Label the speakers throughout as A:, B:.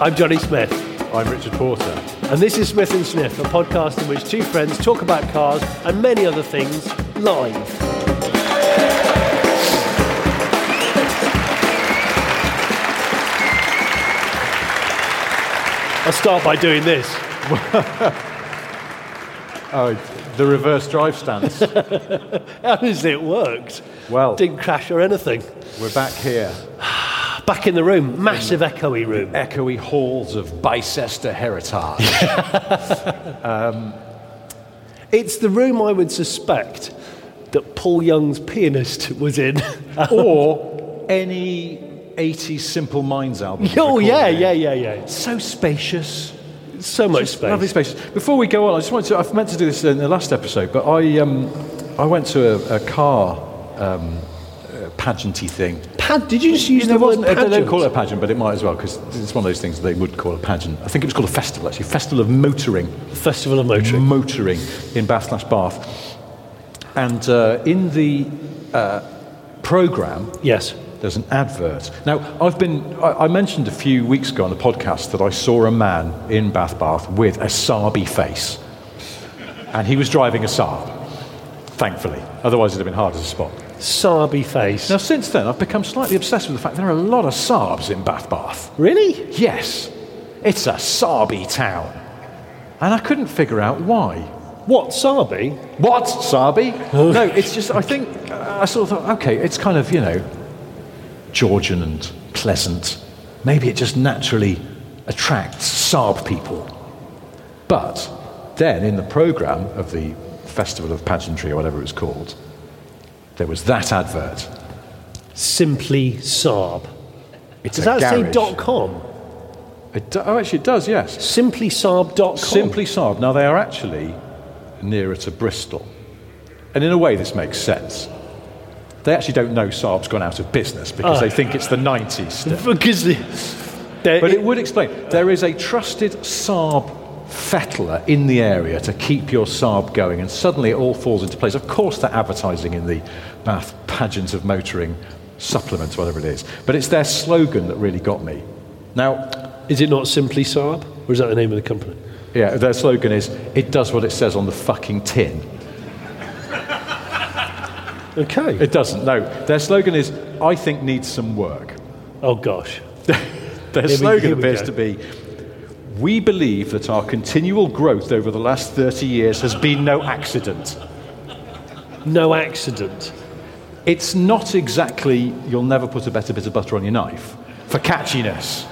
A: I'm Johnny Smith,
B: I'm Richard Porter.
A: and this is Smith and Sniff, a podcast in which two friends talk about cars and many other things live. I'll start by doing this.
B: Oh, the reverse drive stance.
A: How does it worked?
B: Well,
A: Didn't crash or anything.
B: we're back here.
A: Back in the room, massive echoey room.
B: Echoey halls of Bicester heritage.
A: It's the room I would suspect that Paul Young's pianist was in. Oh,
B: or any 80s Simple Minds album.
A: oh, yeah,
B: recording.
A: yeah, yeah, yeah.
B: So spacious.
A: So much
B: Just
A: space.
B: Lovely space. Before we go on, I just wanted to, I've meant to do this in the last episode, but I, um, I went to a, a car um, uh, pageanty thing.
A: Pad, did you just use
B: There
A: the word
B: wasn't- They
A: pageant?
B: don't call it a pageant, but it might as well, because it's one of those things they would call a pageant. I think it was called a festival, actually. Festival of Motoring.
A: Festival of Motoring.
B: motoring in Bath slash Bath. And uh, in the uh, programme,
A: Yes.
B: there's an advert. Now, I've been, I, I mentioned a few weeks ago on the podcast that I saw a man in Bath Bath with a Saabi face. And he was driving a Saab, thankfully. Otherwise, it'd have been hard as a spot.
A: Sabi face.
B: Now, since then, I've become slightly obsessed with the fact there are a lot of Saabs in Bath Bath.
A: Really?
B: Yes, it's a Saabi town. And I couldn't figure out why.
A: What, Sabi?
B: What, Sabi? no, it's just, I think, I sort of thought, okay, it's kind of, you know, Georgian and pleasant. Maybe it just naturally attracts Saab people. But then in the programme of the Festival of Pageantry or whatever it was called, there was that advert.
A: Simply Saab.
B: It's
A: Does
B: a
A: that say
B: garage.
A: dot com?
B: It do- oh, actually, it does, yes.
A: SimplySaab.com.
B: Simply Saab. Now, they are actually nearer to Bristol. And in a way, this makes sense. They actually don't know Saab's gone out of business because
A: Ah.
B: they think it's the 90s still.
A: Because the, there-
B: But it would explain. There is a trusted Saab fettler in the area to keep your Saab going, and suddenly it all falls into place. Of course, they're advertising in the Bath Pageant of Motoring supplement, whatever it is. But it's their slogan that really got me. Now,
A: is it not Simply Saab? Or is that the name of the company?
B: Yeah, their slogan is "It does what it says on the fucking tin."
A: Okay.
B: It doesn't. No, their slogan is "I think needs some work."
A: oh, gosh.
B: Their
A: we-
B: slogan
A: here we
B: appears
A: go.
B: to be We believe that our continual growth over the last 30 years has been no accident.
A: No accident.
B: It's not exactly you'll never put a better bit of butter on your knife for catchiness.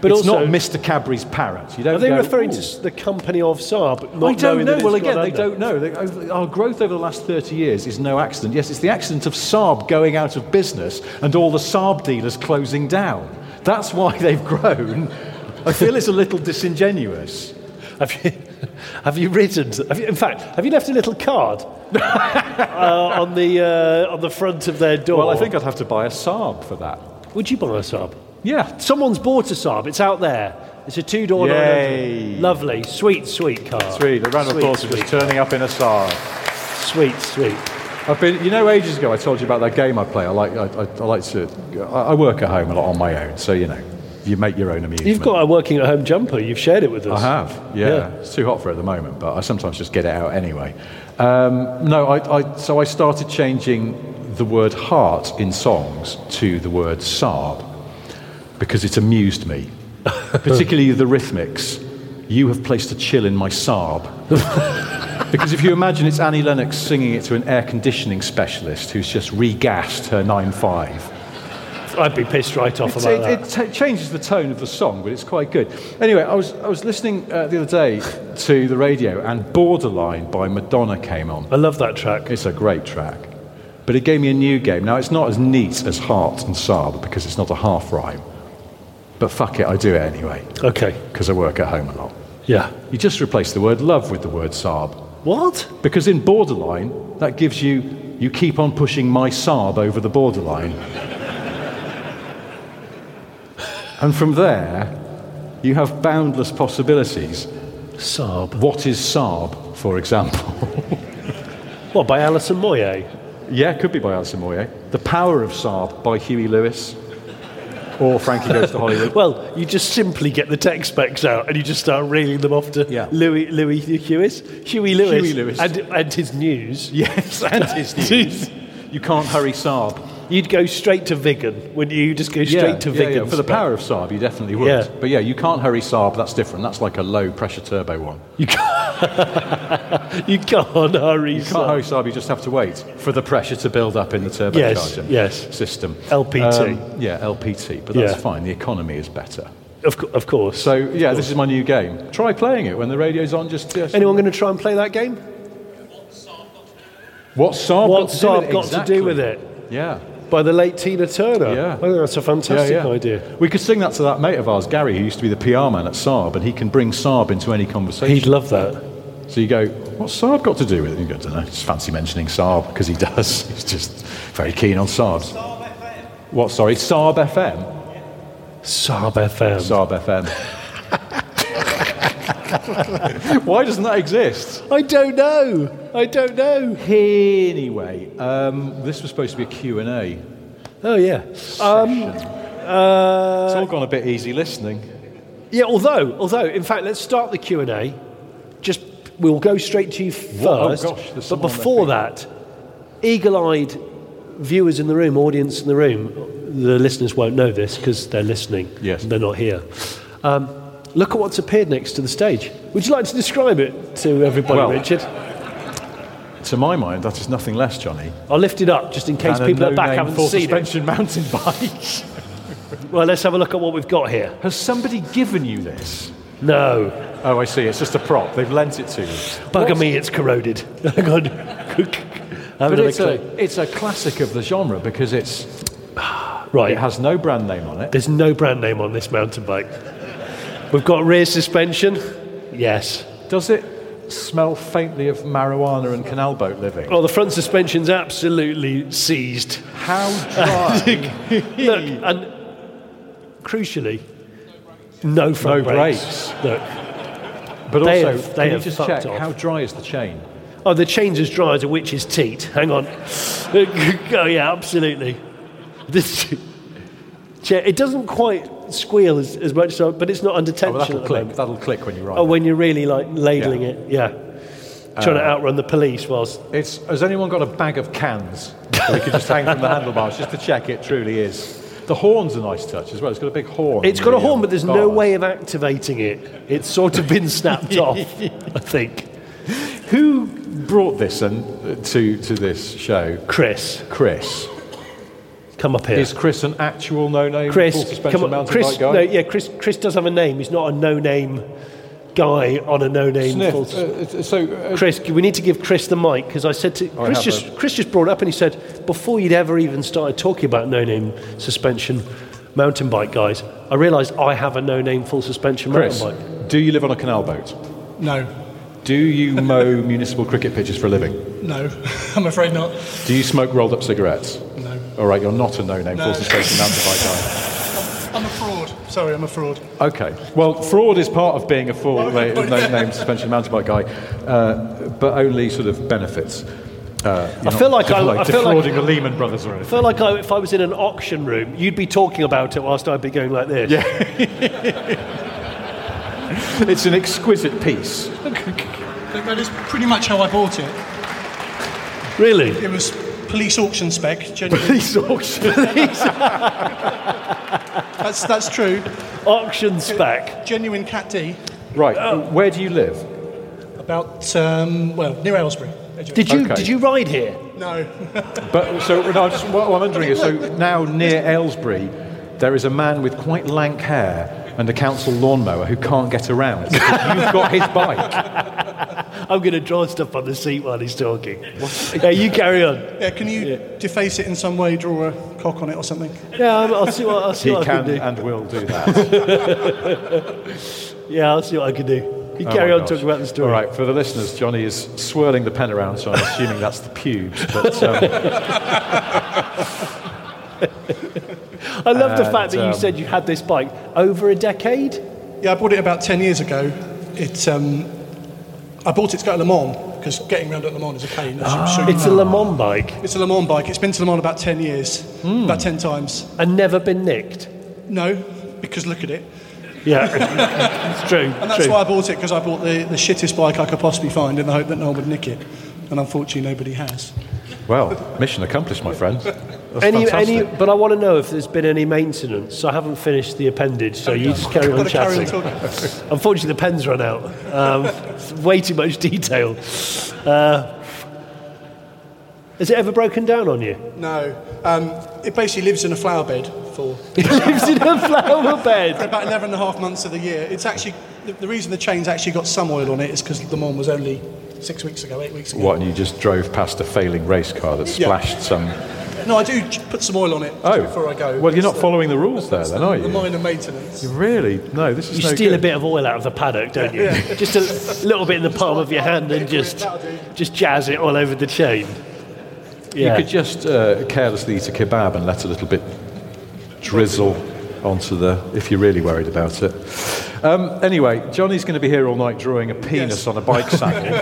B: But it's
A: also-
B: not Mr. Cadbury's parrot. You don't
A: Are they
B: go,
A: referring
B: "Ooh."
A: to the company of Saab? Not
B: I don't
A: knowing that
B: know.
A: it's
B: Well,
A: got
B: again, they
A: under?
B: don't know. They- over- Our growth over the last 30 years is no accident. Yes, it's the accident of Saab going out of business and all the Saab dealers closing down. That's why they've grown. I feel it's a little disingenuous.
A: Have you, have you written? Have you, in fact, have you left a little card uh, on the uh, on the front of their door?
B: Well, I think I'd have to buy a Saab for that.
A: Would you buy a Saab?
B: Yeah.
A: Someone's bought a Saab. It's out there. It's a two-door.
B: Yay.
A: 900. Lovely, sweet, sweet car.
B: Three, a round of
A: Sweet,
B: applause for
A: sweet,
B: just turning up in a Saab.
A: sweet, sweet.
B: I've been, you know, ages ago I told you about that game I play. I like, I, I, I like to, I, I work at home a lot on my own, so you know, you make your own amusement.
A: You've got a working at home jumper. You've shared it with us.
B: I have, yeah.
A: Yeah.
B: It's too hot for it at the moment, but I sometimes just get it out anyway. Um, no, I, I, so I started changing the word heart in songs to the word Saab because it amused me, particularly the rhythmics. You have placed a chill in my Saab. Because if you imagine it's Annie Lennox singing it to an air conditioning specialist who's just regassed her 9.5.
A: I'd be pissed right off about
B: Uh-huh. It,
A: that.
B: it t- changes the tone of the song, but it's quite good. Anyway, I was, I was listening uh, the other day to the radio, and Borderline by Madonna came on.
A: I love that track.
B: It's a great track. But it gave me a new game. Now, it's not as neat as Heart and Saab because it's not a half rhyme. But fuck it, I do it anyway
A: Okay.
B: because I work at home a lot.
A: Yeah.
B: You just replace the word love with the word Saab.
A: What?
B: Because in borderline, that gives you, you keep on pushing my Saab over the borderline. and from there, you have boundless possibilities.
A: Saab.
B: What is Saab, for example?
A: What, by Alison Moyet?
B: yeah, could be by Alison Moyet. The Power of Saab by Huey Lewis. Or Frankie Goes to Hollywood.
A: Well, you just simply get the tech specs out and you just start reeling them off to
B: Yeah.
A: Louis Louis Hewis, Huey Lewis,
B: Huey Lewis.
A: and and his news.
B: yes, and his news. you can't hurry Saab.
A: You'd go straight to vegan, wouldn't you? You just go straight to
B: yeah,
A: vegan
B: yeah, For the
A: spec.
B: power of Saab, you definitely would.
A: Yeah.
B: But yeah, you can't hurry Saab, that's different. That's like a low pressure turbo one.
A: You can't, you can't hurry.
B: You can't hurry Saab, you just have to wait for the pressure to build up in the
A: Yes,
B: turbocharger
A: yes.
B: system. Um,
A: LPT.
B: yeah, LPT, but that's
A: Yeah.
B: fine. The economy is better.
A: Of, cou- of course.
B: So yeah, this is my new game. Try playing it when the radio's on. Just, just
A: Anyone going to try and play that game?
B: what Saab
A: What
B: got, to do with
A: Saab
B: it?
A: got to do with it?
B: Yeah.
A: By the late Tina Turner.
B: Yeah.
A: I think that's a fantastic
B: yeah, yeah.
A: idea.
B: We could sing that to that mate of ours, Gary, who used to be the PR man at Saab, and he can bring Saab into any conversation.
A: He'd love that.
B: So you go, what's Saab got to do with it? You go, don't know, just fancy mentioning Saab because he does. He's just very keen on Saabs. What, sorry? Saab FM?
A: Saab FM.
B: Saab FM. Why doesn't that exist?
A: I don't know. I don't know.
B: Anyway, um, this was supposed to be a Q&A.
A: Oh yeah. Um,
B: It's
A: uh,
B: all gone a bit easy listening.
A: yeah. Although, although, in fact, let's start the Q and A. Just we'll go straight to you
B: Whoa, oh
A: first.
B: gosh, there's
A: but
B: someone there.
A: before that, eagle-eyed viewers in the room, audience in the room, the listeners won't know this because they're listening.
B: Yes.
A: They're not here. Um, look at what's appeared next to the stage. Would you like to describe it to everybody,
B: Well-
A: Richard?
B: To my mind, that is nothing less, Johnny.
A: I'll lift it up just in case
B: than a
A: people at back
B: no-name
A: haven't
B: full
A: seen
B: suspension mountain bike.
A: it. Well, let's have a look at what we've got here.
B: Has somebody given you this?
A: No.
B: Oh, I see. It's just a prop. They've lent it to you.
A: Bugger
B: What's-
A: me, it's corroded. Hang on. Have
B: But
A: another
B: it's
A: clue.
B: a, it's a classic of the genre because it's,
A: Right,
B: it has no brand name on it.
A: there's no brand name on this mountain bike. We've got rear suspension. Yes.
B: Does it smell faintly of marijuana and canal boat living?
A: Oh, the front suspension's absolutely seized.
B: How dry.
A: Look, and crucially, no front
B: No
A: brakes. Look.
B: but
A: They
B: also,
A: have- they
B: can you
A: have
B: just
A: fucked
B: check
A: off.
B: how dry is the chain?
A: Oh, the chain's as dry as a witch's teat. Hang on. oh, yeah, absolutely. This chair, it doesn't quite squeal as, as much, so, but it's not under
B: Oh,
A: tension
B: well,
A: at
B: that'll
A: the
B: click.
A: moment.
B: That'll click when you ride.
A: Oh,
B: it.
A: when you're really like ladling
B: Yeah. Uh,
A: it, yeah. Trying to outrun the police whilst.
B: It's, has anyone got a bag of cans that we could just hang from the handlebars just to check it truly is? The horn's a nice touch as well. It's got a big horn.
A: It's
B: in
A: got a
B: the,
A: horn,
B: um,
A: but there's no
B: bars.
A: way of activating it. It's sort of been snapped off, I think.
B: Who brought this and uh, to to this show?
A: Chris,
B: Chris.
A: come up here.
B: Is Chris an actual no-name full
A: Chris,
B: suspension
A: come on,
B: mountain
A: Chris.
B: bike guy?
A: No, yeah, Chris. Chris does have a name. He's not a no-name guy on a no-name.
B: Sniff.
A: full-
B: Uh, uh, so, uh,
A: Chris, we need to give Chris the mic because I said to
B: I
A: Chris
B: have
A: just Chris just brought it up and he said before you'd ever even started talking about no-name suspension mountain bike guys, I realised I have a no-name full suspension
B: Chris,
A: mountain bike.
B: do you live on a canal boat?
C: No,
B: Do you mow municipal cricket pitches for a living?
C: no, I'm afraid not.
B: Do you smoke rolled-up cigarettes?
C: No.
B: All right, you're not a no-name
C: No.
B: full suspension mountain
C: I'm a fraud. Sorry, I'm a fraud.
B: bike guy. Okay. Well, fraud is part of being a full no- no-name suspension mountain bike guy, uh, but only sort of benefits. Uh, you're
A: I feel
B: not
A: like I-
B: defraud-
A: I feel like-
B: defrauding the Lehman Brothers or anything.
A: I feel like I, if I was in an auction room, you'd be talking about it whilst I'd be going like this. Yeah.
B: It's an exquisite piece.
C: That that is pretty much how I bought it.
A: Really?
C: It was police auction spec. Genuinely.
B: Police auction.
C: that's that's true.
A: Auction spec.
C: Genuine Cat D.
B: right. Where do you live?
C: About um, well near Aylesbury. Edgeway.
A: Did you
B: Okay.
A: did you ride here?
C: No.
B: But so no, I'm just, what I'm wondering is so now near Aylesbury, there is a man with quite lank hair and a council lawnmower who can't get around. because You've got his bike.
A: I'm going to draw stuff on the seat while he's talking. Yeah, you carry on.
C: Yeah, can you deface it in some way, draw a cock on it or something?
A: Yeah, I'm- I'll see what, I'll see
B: He
A: what I
B: can uh,
A: can do.
B: and will do that.
A: Yeah, I'll see what I can do. You carry
B: Oh
A: on
B: my gosh.
A: talking about the story.
B: All right, for the listeners, Johnny is swirling the pen around, so I'm assuming that's the pubes. But
A: I
B: um,
A: love the fact that
B: And,
A: you
B: um,
A: said you had this bike over a decade.
C: Yeah, I bought it about 10 years ago. It, um, I bought it to go to Le Mans because getting round at Le Mans is a pain. As I'm sure you
A: It's a
C: know.
A: Le Mans bike
C: it's a Le Mans bike. It's been to Le Mans about 10 years, about 10 times.
A: and never been nicked.
C: No, because look at it.
A: Yeah, it's true.
C: And that's
A: true.
C: why I bought it because I bought the, the shittest bike I could possibly find in the hope that no one would nick it. And unfortunately, nobody has.
B: well, mission accomplished, my friend. That's
A: any,
B: fantastic.
A: any, but I want to know if there's been any maintenance. So I haven't finished the appendage, so you just carry on
C: Gotta carry on
A: chatting.
C: talking.
A: Unfortunately, the pen's run out. Um, it's way too much detail. Uh, has it ever broken down on you?
C: No, um, it basically lives in a flower bed for
A: It lives in a flower bed.
C: about 11 and a half months of the year. It's actually the, the reason the chain's actually got some oil on it is because the Mans was only six weeks ago, eight weeks ago.
B: What, and you just drove past a failing race car that
C: Yeah.
B: splashed some.
C: No, I do ch- put some oil on it
B: Oh,
C: before I go.
B: well, you're
C: It's
A: uh,
B: not following the rules there, then, are
C: The
B: you? Um,
C: minor maintenance.
B: Really? No, this is
A: You
B: no
A: steal a
B: good.
A: bit of oil out of the paddock, don't you? Just a little bit in the palm of your hand and just just jazz it all over the chain. Yeah.
B: You could just uh, carelessly eat a kebab and let a little bit drizzle onto the, if you're really worried about it. Um, anyway, Johnny's going to be here all night drawing a penis
C: Yes.
B: on a bike saddle.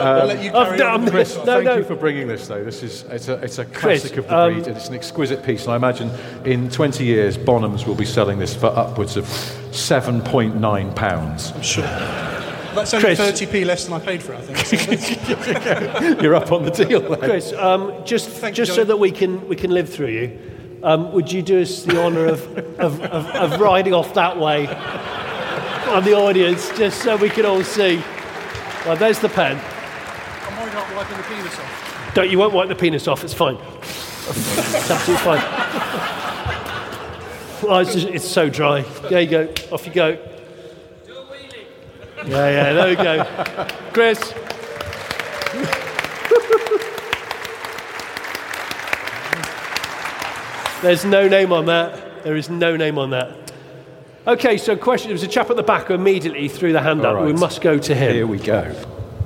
C: I'll let you
A: I've
C: carry
A: done
C: on.
A: this.
B: Chris,
A: No,
B: thank
A: no.
B: you for bringing this, though. This is it's a, it's a
A: Chris,
B: classic of the
A: um,
B: breed, and it's an exquisite piece. And I imagine in 20 years, Bonhams will be selling this for upwards of 7.9 pounds.
C: Sure. That's only
A: Chris.
C: 30p less than I paid for it, I think. So that's-
B: You're up on the deal. Then.
A: Chris, um, just
C: Thank you,
A: just so
C: Johnny.
A: that we can we can live through you, um, would you do us the honour of, of, of, of riding off that way on the audience, just so we can all see? Well, there's the pen.
C: I'm worried about wiping the penis off.
A: Don't you won't wipe the penis off. It's fine. it's absolutely fine. Oh, it's, just, it's so dry. There you go. Off you go. Yeah, yeah. There we go. Chris. There's no name on that. There is no name on that. Okay, so question. There was a chap at the back who immediately threw the hand up.
B: All right.
A: We must go to him.
B: Here we go.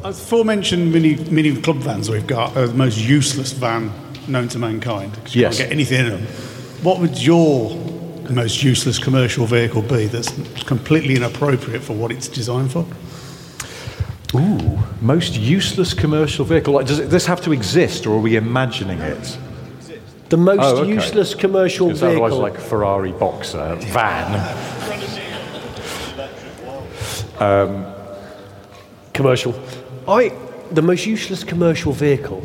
D: As aforementioned mini, mini club vans we've got are the most useless van known to mankind. 'cause You
B: Yes.
D: can't get anything in them. What would your most useless commercial vehicle be that's completely inappropriate for what it's designed for?
B: Ooh, most useless commercial vehicle. Like, does it, this have to exist, or are we imagining it?
A: The most
B: Oh, okay.
A: useless commercial
B: Because otherwise,
A: vehicle.
B: like Ferrari boxer van.
A: commercial. I the most useless commercial vehicle.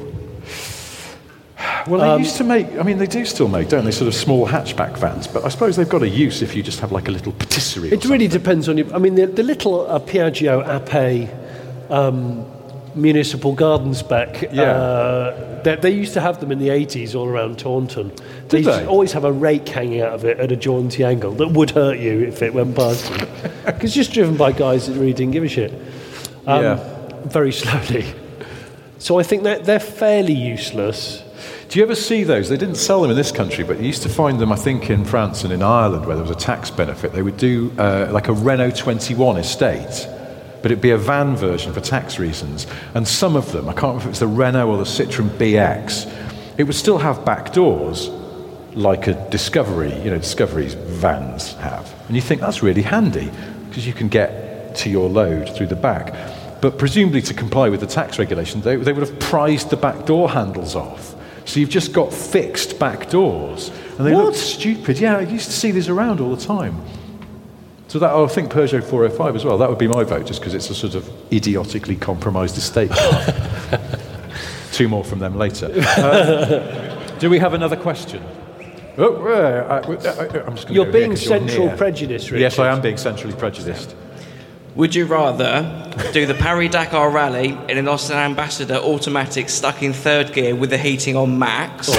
B: Well, they used to make. I mean, they do still make, don't they? Sort of small hatchback vans. But I suppose they've got a use if you just have like a little patisserie. or
A: It really depends on you. I mean, the, the little uh, Piaggio Ape um, municipal garden spec. Uh,
B: Yeah.
A: they, they used to have them in the 80s all around Taunton. They,
B: Did
A: used to
B: they?
A: always have a rake hanging out of it at a jaunty angle that would hurt you if it went past you. Because just driven by guys that really didn't give a shit. Um,
B: Yeah.
A: Very slowly. So I think that they're fairly useless.
B: something. Do you ever see those? They didn't sell them in this country, but you used to find them, I think, in France and in Ireland, where there was a tax benefit. They would do uh, like a Renault 21 estate. But it'd be a van version for tax reasons. And some of them, I can't remember if it's the Renault or the Citroen BX, it would still have back doors, like a Discovery, you know, Discovery's vans have. And you think that's really handy because you can get to your load through the back. But presumably, to comply with the tax regulation, they, they would have prized the back door handles off. So you've just got fixed back doors. And they look
A: What?
B: stupid. Yeah, I used to see these around all the time. So that, oh, I think Peugeot 405 as well. That would be my vote, just because it's a sort of idiotically compromised estate. Two more from them later. Uh, do we have another question? Oh, uh, I, am just gonna
A: You're
B: go here
A: being
B: 'cause you're
A: central
B: near.
A: prejudiced, Richard.
B: Yes, I am being centrally prejudiced.
E: Would you rather do the Paris Dakar Rally in an Austin Ambassador automatic stuck in third gear with the heating on max, or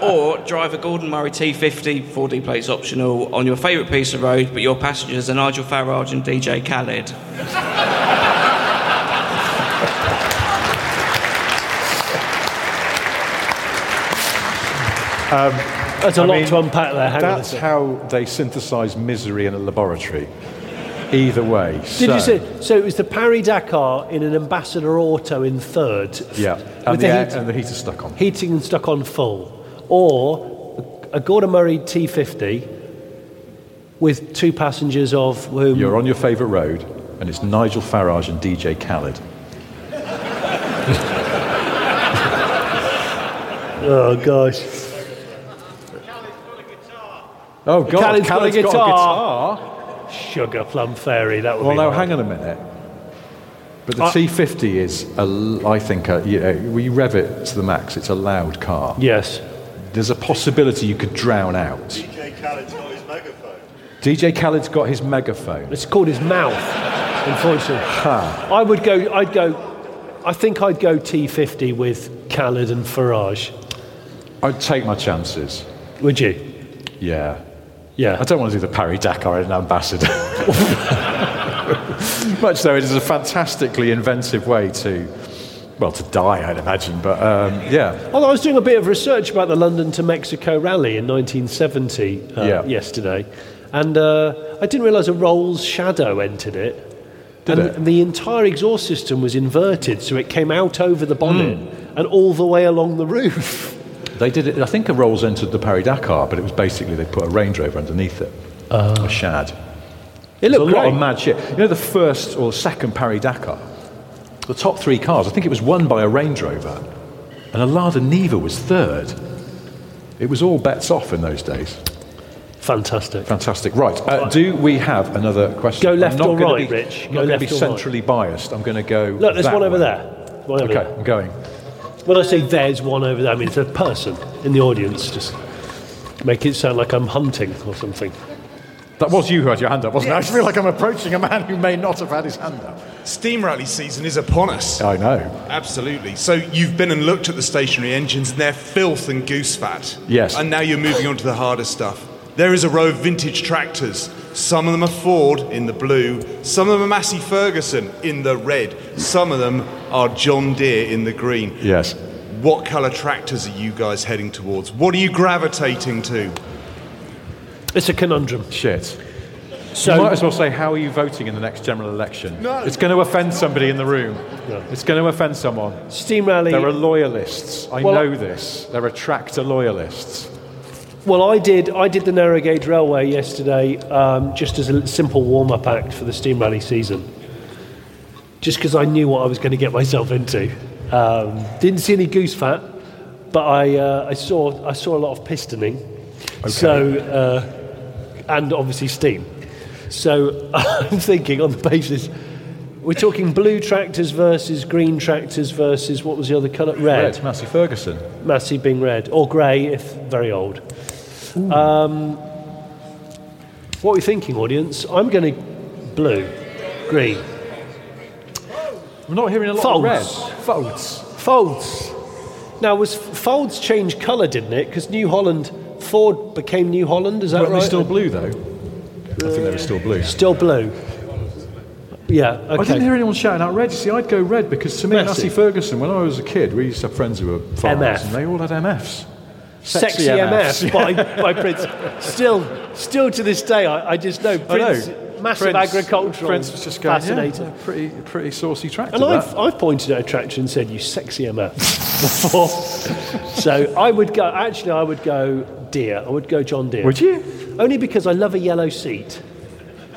E: or drive a Gordon Murray T50 4D plates optional on your favourite piece of road, but your passengers are Nigel Farage and DJ Khaled?
A: That's a lot to unpack there. Hang on a
B: That's
A: second.
B: how they synthesize misery in a laboratory. Either way.
A: Did you say so? It was the Paris Dakar in an Ambassador Auto in third.
B: Yeah.
A: with
B: And the,
A: the
B: air-
A: heat-
B: and the heater's stuck on.
A: heating and stuck on full, or a Gordon Murray T50 with two passengers of whom
B: You're on your favourite road, and it's Nigel Farage and DJ Khaled.
A: oh gosh,
B: Oh, God.
A: Khaled's got a
B: Khaled's got
A: guitar.
B: a guitar.
A: sugar plum fairy. That would
B: Well,
A: be.
B: now
A: nice.
B: hang on a minute. But the T50 is, a l I think, a, you know, when you rev it to the max, it's a loud car.
A: Yes,
B: There's a possibility you could drown out.
F: DJ Khaled's got his megaphone.
B: DJ Khaled's got his megaphone.
A: it's called his mouth. unfortunately, I would go. I'd go. I think I'd go T50 with Khaled and Farage.
B: I'd take my chances.
A: Would you?
B: Yeah.
A: Yeah.
B: I don't want to do the Paris Dakar in an ambassador. Much though it is a fantastically inventive way to, well, to die, I'd imagine. But um, yeah,
A: Although I was doing a bit of research about the London to Mexico rally in 1970 uh,
B: Yeah.
A: yesterday, and uh, I didn't realise a Rolls Shadow entered it.
B: Did
A: and
B: it?
A: and the entire exhaust system was inverted, so it came out over the bonnet
B: Hmm.
A: and all the way along the roof.
B: they did it. I think a Rolls entered the Paris Dakar, but it was basically they put a Range Rover underneath it, a Shad.
A: It
B: There's
A: Oh. looked
B: a lot
A: great.
B: of mad shit. You know, the first or second Paris Dakar, the top three cars. I think it was won by a Range Rover, and a Lada Niva was third. It was all bets off in those days.
A: Fantastic.
B: Fantastic. Right. Uh, do we have another question?
A: Go
B: I'm
A: left
B: not
A: or
B: gonna
A: right,
B: be-
A: Rich? Go
B: I'm not going
A: left
B: to be
A: or right.
B: centrally biased. I'm going to go.
A: Look, there's
B: that
A: one over
B: way.
A: there. One over
B: Okay,
A: there.
B: I'm going.
A: When I say there's one over there, I mean it's a person in the audience. Just make it sound like I'm hunting or something.
B: That was you who had your hand up, wasn't it? I feel like I'm approaching a man who may not have had his hand up.
F: Steam rally season is upon us.
B: I know.
F: Absolutely. So you've been and looked at the stationary engines, and they're filth and goose fat.
B: Yes.
F: And now you're moving on to the harder stuff. There is a row of vintage tractors. Some of them are Ford in the blue. Some of them are Massey Ferguson in the red. Some of them are John Deere in the green.
B: Yes.
F: What colour tractors are you guys heading towards? What are you gravitating to?
A: It's a conundrum.
B: Shit.
A: So
B: you might as well say, how are you voting in the next general election?
F: No.
B: It's going to offend somebody in the room. It's going to offend someone.
A: steam rally.
B: There are loyalists. I
A: Well,
B: know this. There are tractor loyalists.
A: Well, I did. I did the narrow gauge railway yesterday, um, just as a simple warm up act for the steam rally season. Just because I knew what I was going to get myself into. Um, didn't see any goose fat, but I, uh, I saw I saw a lot of pistoning. So uh, and obviously steam. So I'm thinking on the basis. We're talking blue tractors versus green tractors versus what was the other colour? Red.
B: Red, Massey Ferguson.
A: Massey being red or grey if very old. Um, what are you thinking, audience? I'm going to blue, green,
B: We're not hearing a lot
A: Folds.
B: of red. Folds.
A: folds. Now, was folds changed colour, didn't it? Because New Holland Ford became New Holland. Is that
B: Weren't
A: right?
B: they still blue though? I think they were still blue.
A: Still blue. Yeah. Okay.
B: I didn't hear anyone shouting out red. You see, I'd go red because to me,
A: Massive.
B: Massey Ferguson, when I was a kid, we used to have friends who were farmers
A: MF.
B: and they all had MFs.
A: Sexy, MF by, by Prince. Still, still to this day, I, I just know
B: I know.
A: Prince. Massive
B: Prince-
A: agricultural.
B: Prince was just going, yeah,
A: fascinator.
B: a pretty, a pretty saucy tractor.
A: And I've,
B: that.
A: I've pointed at a tractor and said, you sexy MF before. so I would go, actually, I would go Deer. I would go John Deere.
B: Would you?
A: Only because I love a yellow seat.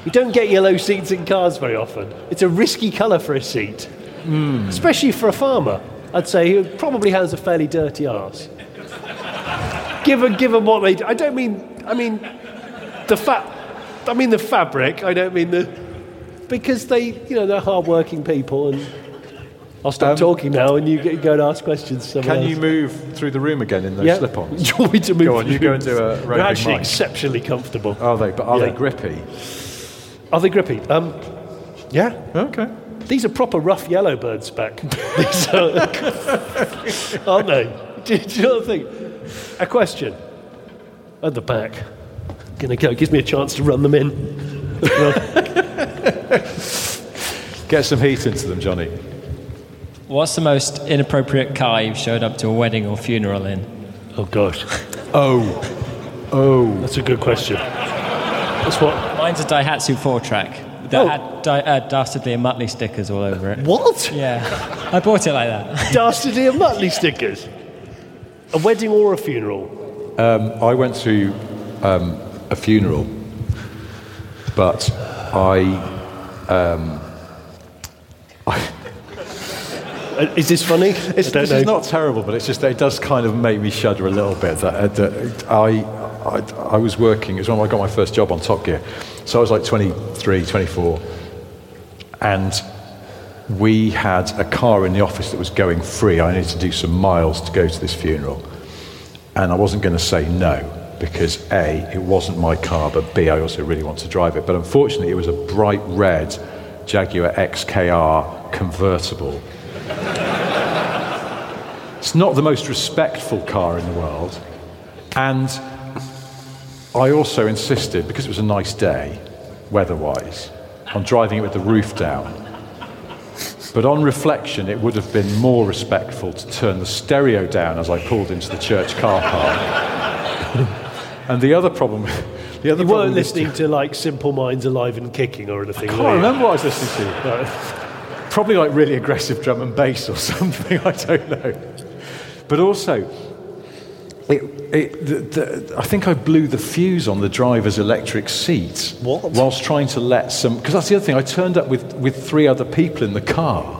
A: You don't get yellow seats in cars very often. It's a risky colour for a seat,
B: Hmm.
A: especially for a farmer. I'd say who probably has a fairly dirty arse. given, given what they do. I don't mean, I mean, the fat. I mean the fabric. I don't mean the because they, you know, they're hardworking people. And I'll stop talking now, and you get, go and ask questions. to someone
B: Um, Can
A: else.
B: you move through the room again in those
A: Yeah.
B: slip-ons?
A: Do you want me to move?
B: Go on, you go and do a
A: They're
B: roving
A: actually
B: mic.
A: exceptionally comfortable.
B: Are they? But are
A: Yeah.
B: they grippy?
A: Are they grippy? Um, yeah.
B: Okay.
A: These are proper rough yellow birds back. These are, aren't they? Do, do you know what I think? A question. At the back. Gonna go. Gives me a chance to run them in.
B: Get some heat into them, Johnny.
G: What's the most inappropriate car you've showed up to a wedding or funeral in?
A: Oh gosh,
B: Oh,
A: that's a good question. That's what.
G: Mine's a Daihatsu 4 track that
A: Oh.
G: had di- uh, Dastardly and Muttley stickers all over it.
A: What?
G: Yeah, I bought it like that.
A: Dastardly and Muttley stickers. A wedding or a funeral?
B: I went to um, a funeral, but I.
A: Uh, Is this funny? It's, I don't
B: this
A: know.
B: is not terrible, but it's just it does kind of make me shudder a little bit. That, uh, that I, I, I was working, it was when I got my first job on Top Gear. So I was like 23, 24. And we had a car in the office that was going free. I needed to do some miles to go to this funeral. And I wasn't going to say no because A, it wasn't my car, but B, I also really want to drive it. But unfortunately, it was a bright red Jaguar XKR convertible. It's not the most respectful car in the world. And I also insisted, because it was a nice day, weather wise, on driving it with the roof down. But on reflection, it would have been more respectful to turn the stereo down as I pulled into the church car park. and the other problem. The other
A: you
B: problem
A: weren't
B: is-
A: listening to like Simple Minds Alive and Kicking or anything.
B: I
A: were you?
B: can't remember what I was listening to. Probably like really aggressive drum and bass or something, I don't know. But also, it, it, the, the, I think I blew the fuse on the driver's electric seat
A: What?
B: whilst trying to let some. Because that's the other thing, I turned up with, with three other people in the car,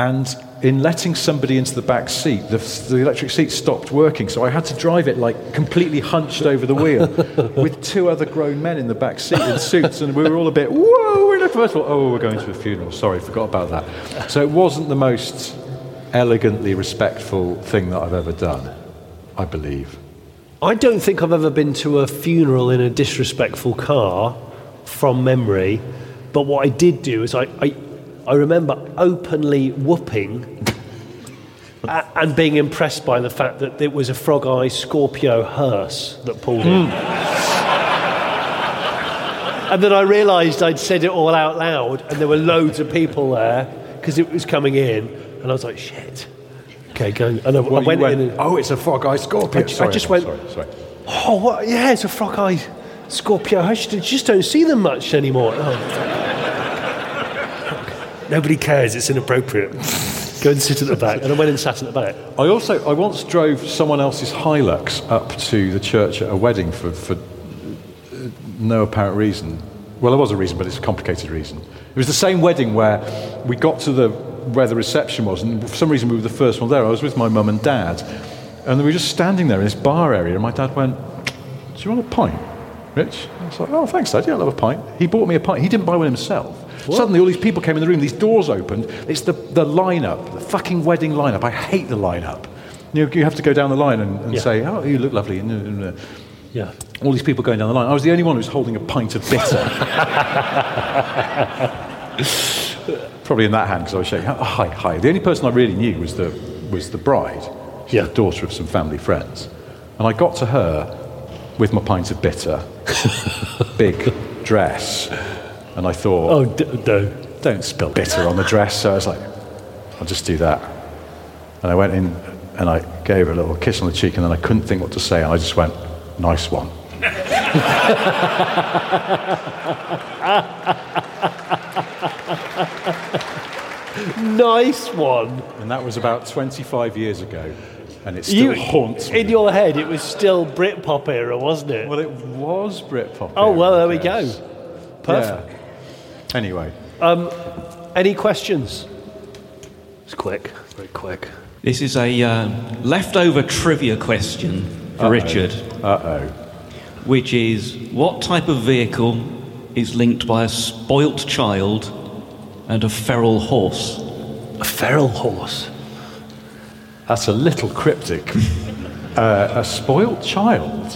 B: and in letting somebody into the back seat, the, the electric seat stopped working, so I had to drive it like completely hunched over the wheel with two other grown men in the back seat in suits, and we were all a bit, whoa, we're in a funeral. Oh, we're going to a funeral. Sorry, forgot about that. So it wasn't the most elegantly respectful thing that I've ever done, I believe.
A: I don't think I've ever been to a funeral in a disrespectful car from memory, but what I did do is I, I, I remember openly whooping a- and being impressed by the fact that it was a frog eye Scorpio hearse that pulled in. and then I realised I'd said it all out loud, and there were loads of people there because it was coming in, and I was like, shit. Okay, go. And I, I
B: Well, you
A: went, in. And,
B: oh, it's a frog eye
A: I
B: scorpion.
A: ju- I
B: sorry,
A: just went-
B: Sorry, sorry.
A: Oh, what? yeah, it's a frock eye Scorpio. I should- just don't see them much anymore. Oh. Nobody cares, it's inappropriate. Go and sit at the back. And I went and sat at the back.
B: I also I once drove someone else's Hilux up to the church at a wedding for, for uh, no apparent reason. Well, there was a reason, but it's a complicated reason. It was the same wedding where we got to the where the reception was, and for some reason we were the first one there. I was with my mum and dad, and we were just standing there in this bar area, and my dad went, "Do you want a pint, Rich?" I was like, "Oh, thanks, Dad. Yeah, I'll have a pint." He bought me a pint. He didn't buy one himself. Suddenly, all these people came in the room. These doors opened. It's the the lineup, the fucking wedding lineup. I hate the lineup. You, you have to go down the line and, and
A: Yeah.
B: say, "Oh, you look lovely." and, uh, and, uh,
A: Yeah.
B: all these people going down the line. I was the only one who was holding a pint of bitter. Probably in that hand because I was shaking. Oh, hi, hi. The only person I really knew was the, was the bride. She's
A: Yeah.
B: the daughter of some family friends. And I got to her with my pint of bitter, big dress. And I thought,
A: Oh, d- no.
B: don't spill bitter on the dress. So I was like, I'll just do that. And I went in and I gave her a little kiss on the cheek, and then I couldn't think what to say, and I just went, nice one.
A: Nice one.
B: And that was about 25 years ago, and it
A: You-
B: still haunts me.
A: In your head, it was still Britpop era, wasn't it?
B: well, it was Britpop.
A: oh,
B: era,
A: well,
B: I
A: there we go.
B: guess.
A: Perfect.
B: Yeah. Anyway,
A: Any questions? It's quick. Very quick.
E: This is a uh, leftover trivia question for Richard,
B: uh oh.
E: which is what type of vehicle is linked by a spoilt child and a feral horse?
A: A feral horse.
B: That's a little cryptic. uh, a spoilt child.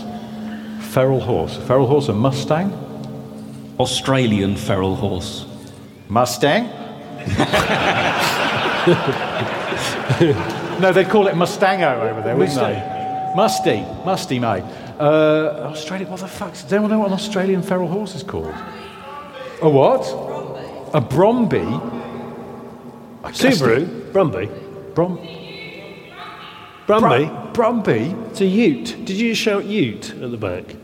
B: Feral horse. Feral horse, a Mustang?
H: Australian feral horse.
B: Mustang? no, they'd call it Mustango over there, wouldn't they? Musty, musty, mate. Uh, Australia, what the fuck? Does anyone know what an Australian feral horse is called? A what? A Bromby? I guessed it.
A: Subaru, Brumby.
B: Brom-
A: Brumby?
B: Bru- Brumby?
A: It's a ute. Did you shout ute at the back?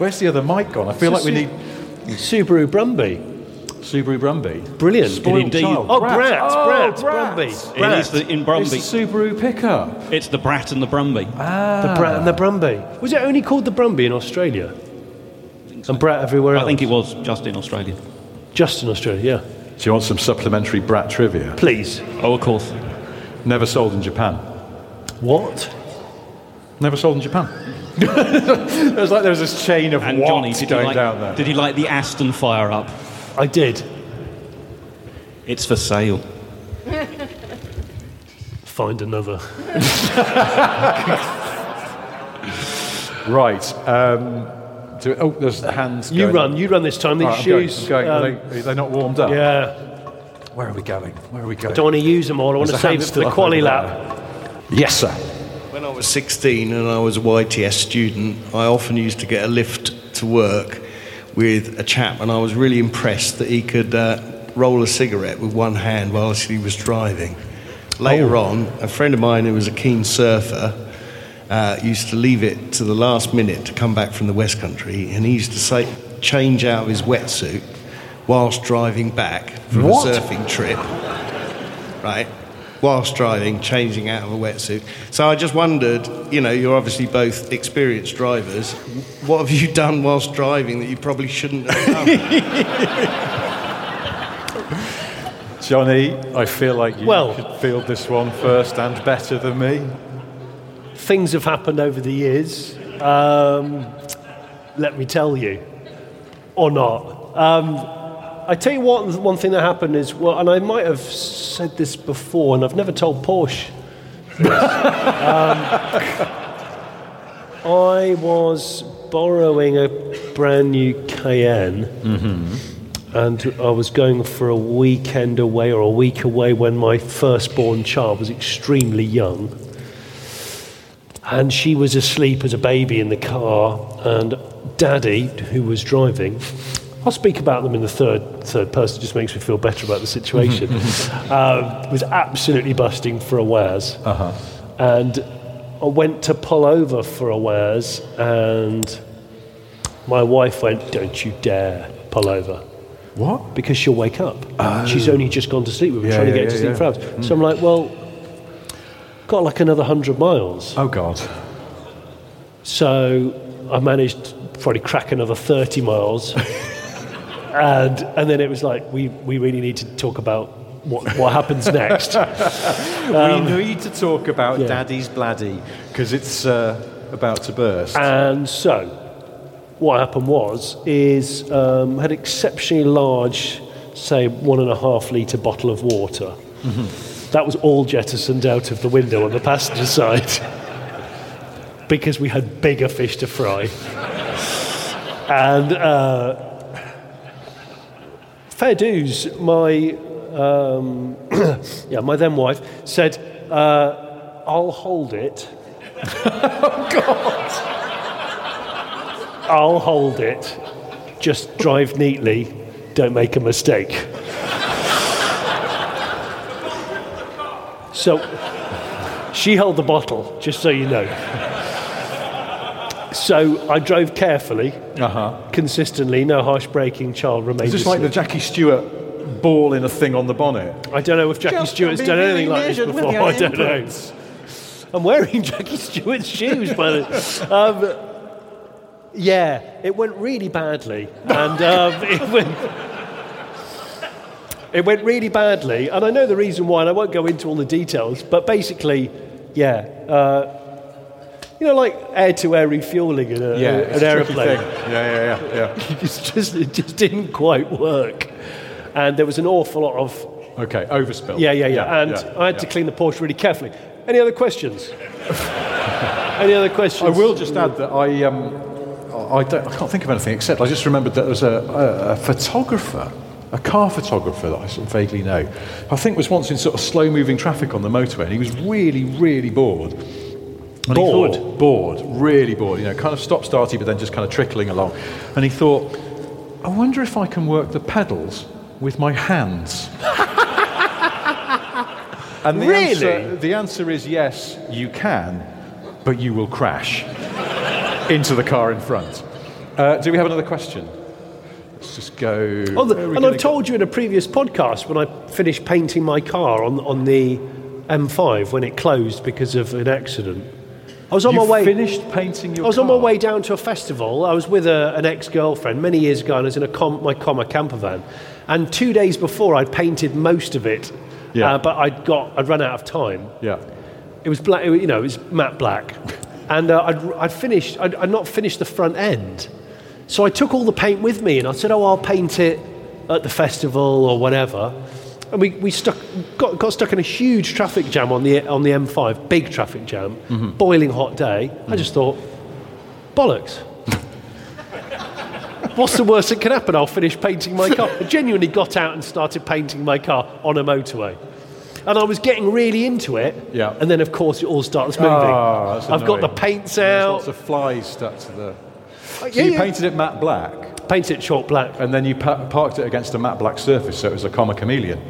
B: Where's the other mic gone? I feel like we need
A: Subaru Brumby.
B: Subaru Brumby.
A: Brilliant.
B: Spoiled
H: Indeed.
B: child.
A: Oh, Bratz,
B: Oh,
A: Bratz,
B: Bratz.
A: Brumby.
H: It is the, in Brumby.
B: It's a Subaru pickup.
H: It's the Brat and the Brumby.
A: The
B: Ah.
A: Brat and the Brumby. Was it only called the Brumby in Australia? And Brat everywhere else?
H: I think it was just in Australia.
A: Just in Australia, yeah.
B: Do you want some supplementary brat trivia?
A: Please.
H: Oh, of course.
B: Never sold in Japan.
A: What?
B: Never sold in Japan. it was like there was this chain of
H: And
B: what
H: Johnny, did
B: going
H: you like,
B: down there.
H: Did he like the Aston fire up?
A: I did.
H: It's for sale.
A: Find another.
B: Right. Um, do, oh, there's hands.
A: You
B: going
A: run,
B: up.
A: you run this time. These
B: Right, I'm going,
A: shoes.
B: I'm going. Are
A: um,
B: they- are they not warmed up?
A: yeah.
B: Where are we going? Where are we going?
A: Don't want to use them all. I want
B: There's
A: to
B: a
A: save
B: hand
A: it for the
B: stuck
A: quali
B: over
A: lap.
B: there. Yes, sir.
I: When I was 16 and I was a YTS student, I often used to get a lift to work with a chap, and I was really impressed that he could uh, roll a cigarette with one hand whilst he was driving. Later on, a friend of mine who was a keen surfer uh, used to leave it to the last minute to come back from the West Country, and he used to say, change out of his wetsuit whilst driving back from
B: What?
I: a surfing trip right? Whilst driving, changing out of a wetsuit. So I just wondered, you know, you're obviously both experienced drivers. What have you done whilst driving that you probably shouldn't have done?
B: Johnny, I feel like you
A: Well-
B: should field this one first and better than me.
A: Things have happened over the years. Um, let me tell you. Or not. Um, I tell you what, one thing that happened is, well, and I might have said this before, and I've never told Porsche. um, I was borrowing a brand new Cayenne, and I was going for a weekend away or a week away when my firstborn child was extremely young. And she was asleep as a baby in the car, and Daddy, who was driving, I'll speak about them in the third third person. It just makes me feel better about the situation. um, was absolutely busting for a wares, uh-huh. and I went to pull over for a wares, and my wife went, "Don't you dare pull over."
B: What? Oh.
A: because she'll wake up. She's only just gone to sleep. We were
B: Yeah,
A: trying to
B: yeah,
A: get her
B: yeah, Hmm.
A: to sleep for hours. So I'm like, well, got like another 100 miles.
B: Oh, God.
A: So I managed to probably crack another 30 miles. and, and then it was like, we, we really need to talk about what, what happens next.
B: we need to talk about
A: Um, yeah.
B: Daddy's Bladdy because it's uh, about to burst.
A: And so, what happened was, is um, had exceptionally large, say one and a half litre bottle of water. That was all jettisoned out of the window on the passenger side because we had bigger fish to fry. and uh, fair dues, my um, yeah, my then wife said, uh, "I'll hold it." Oh, I'll hold it. Just drive neatly. Don't make a mistake. so she held the bottle, just so you know. So I drove carefully,
B: uh-huh.
A: consistently, no harsh braking, child remained.
B: Is this like the
A: asleep.
B: Jackie Stewart ball in a thing on the bonnet?
A: I don't know if Jackie
B: Just
A: Stewart's
B: be
A: done anything
B: really
A: like this
B: measured with
A: before.
B: your
A: I don't
B: inputs.
A: know. I'm wearing Jackie Stewart's shoes, by the um, Yeah, it went really badly, and um, it went. It went really badly, and I know the reason why, and I won't go into all the details, but basically, yeah. Uh, you know, like air to air refueling in a,
B: it's
A: an
B: a tricky
A: aeroplane
B: thing. Yeah, yeah, yeah,
A: it's just, it just didn't quite work. And there was an awful lot of,
B: yeah. Okay, overspill.
A: yeah, yeah, yeah. and
B: yeah,
A: I had
B: yeah.
A: to clean the Porsche really carefully. Any other questions? Any other
B: I
A: questions?
B: will just add that I, um, I I, don't, I can't think of anything except I just remembered that there was a, a, a photographer, a car photographer that I sort of vaguely know. I think was once in sort of slow moving traffic on the motorway, and he was really, really bored. And he
J: Bored?
B: thought- bored, really bored. You know, kind of stop starty, but then just kind of trickling along. And he thought, I wonder if I can work the pedals with my hands. And the
J: Really?
B: Answer, the answer is yes, you can, but you will crash into the car in front. Uh, do we have another question? Let's just go.
A: Oh, the-
B: where are
A: and
B: we gonna
A: I've
B: go?
A: told you in a previous podcast when I finished painting my car on, on the M5 when it closed because of an accident. I was on
B: You
A: my way.
B: Finished painting your.
A: I was on my way down to a festival. I was with a, an ex girlfriend many years ago, and I was in a com, my comma camper van. And two days before, I'd painted most of it,
B: Yeah.
A: uh, but I'd got I'd run out of time.
B: Yeah.
A: It was black. It, was- you know, it was matte black, and uh, I'd, I'd finished. I'd, I'd not finished the front end, so I took all the paint with me, and I said, "Oh, I'll paint it at the festival or whatever." And we, we stuck, got, got stuck in a huge traffic jam on the on the M5, big traffic jam,
J: Mhm.
A: boiling hot day. I just thought, bollocks. What's the worst that can happen? I'll finish painting my car. I genuinely got out and started painting my car on a motorway. And I was getting really into it.
B: Yeah.
A: And then, of course, it all starts moving.
B: Ah, that's
A: I've got the
B: annoying.
A: paints
B: There's
A: out.
B: lots of flies stuck to the. So
A: Uh, yeah,
B: you
A: yeah.
B: painted it matte black.
A: Painted it short black.
B: And then you pa- parked it against a matte black surface, so it was a comma chameleon.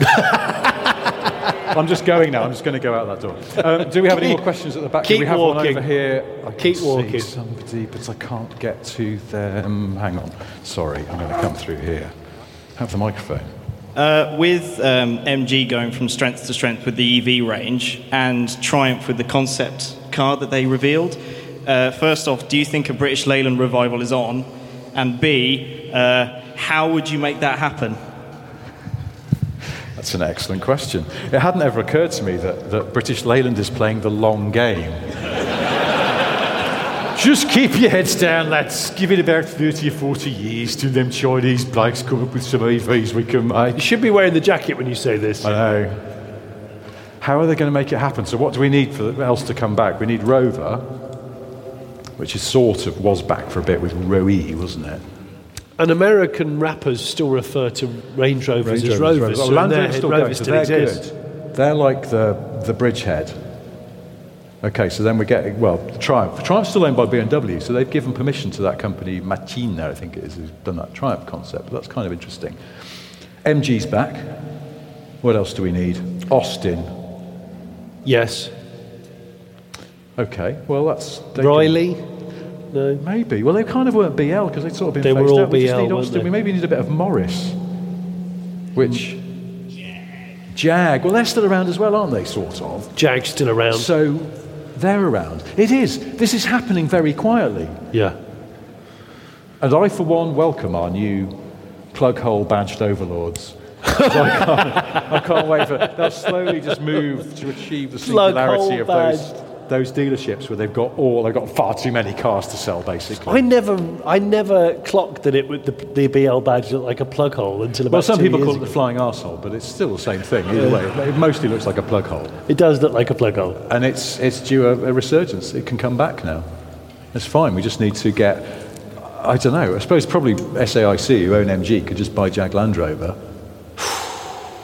B: I'm just going now. I'm just going to go out that door. Um, do we have any more questions at the back?
A: Keep
B: we have
A: walking.
B: one over here. I can
A: Keep
B: see
A: walking.
B: somebody, but I can't get to them. Hang on. Sorry, I'm going to come through here. Have the microphone.
K: Uh, with um, MG going from strength to strength with the EV range and Triumph with the concept car that they revealed, uh, first off, do you think a British Leyland revival is on? And B, uh, how would you make that happen?
B: That's an excellent question. It hadn't ever occurred to me that, that British Leyland is playing the long game. Just keep your heads down, lads. Give it about 30 or 40 years till them Chinese blokes come up with some EVs we can make. You
A: should be wearing the jacket when you say this.
B: I know. How are they going to make it happen? So, what do we need for else to come back? We need Rover, which is sort of was back for a bit with Roe, wasn't it?
A: And American rappers still refer to Range Rovers as Rovers.
B: Rovers. Oh,
A: so in
B: Land
A: their
B: Rover's
A: head,
B: still going,
A: Rovers
B: so
A: still
B: they're
A: exist.
B: good. They're like the, the bridgehead. Okay, so then we're getting, well, Triumph. Triumph's still owned by BMW, so they've given permission to that company, Machina, I think it is, who's done that Triumph concept. But that's kind of interesting. MG's back. What else do we need? Austin.
A: Yes.
B: Okay, well, that's. they can-
A: Riley? No.
B: Maybe. Well, they kind of weren't BL because they'd sort of been
A: They were
B: phased
A: all
B: out. We just
A: BL,
B: need
A: weren't
B: Austin.
A: they?
B: We maybe need a bit of Morris, which. Jag. Well, they're still around as well, aren't they, sort of?
A: Jag's still around.
B: So they're around. It is. This is happening very quietly.
A: Yeah.
B: And I, for one, welcome our new plug hole badged overlords. 'Cause I, can't, I can't wait for. They'll slowly just move to achieve the
J: Plug hole
B: singularity of those, those dealerships where they've got all, they've got far too many cars to sell, basically.
A: I never, I never clocked that it would, the, the BL badge looked like a plug hole until about
B: Well, some
A: two
B: people
A: years
B: call it
A: ago.
B: the flying arsehole, but it's still the same thing either
A: Yeah.
B: way. It mostly looks like a plug hole.
A: It does look like a plug hole.
B: And it's, it's due a, a resurgence. It can come back now. It's fine. We just need to get, I don't know, I suppose probably SAIC, who own MG, could just buy Jag Land Rover,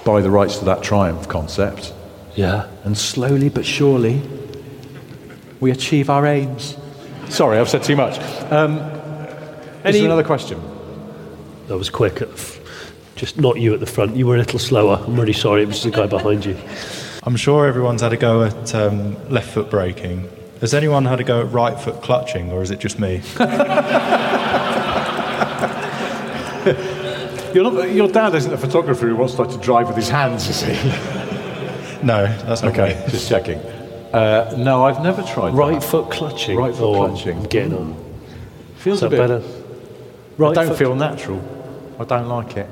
B: buy the rights to that Triumph concept.
A: Yeah.
B: And slowly but surely, we achieve our aims. Sorry, I've said too much. Um, is
A: Any-
B: there another question?
A: That was quick. Just not you at the front. You were a little slower. I'm really sorry. It was the guy behind you.
L: I'm sure everyone's had a go at um, left foot braking. Has anyone had a go at right foot clutching, or is it just me?
B: You're not, your dad isn't a photographer who wants like, to drive with his hands, is he?
L: no, that's not
B: okay.
L: me.
B: Just checking. Uh, no, I've never tried
A: Right foot clutching.
B: Right foot
A: Oh, I'm
B: clutching.
A: getting on.
B: Feels
A: Is that
B: a bit
A: better?
B: Right I don't
A: foot-
B: feel natural. I don't like it.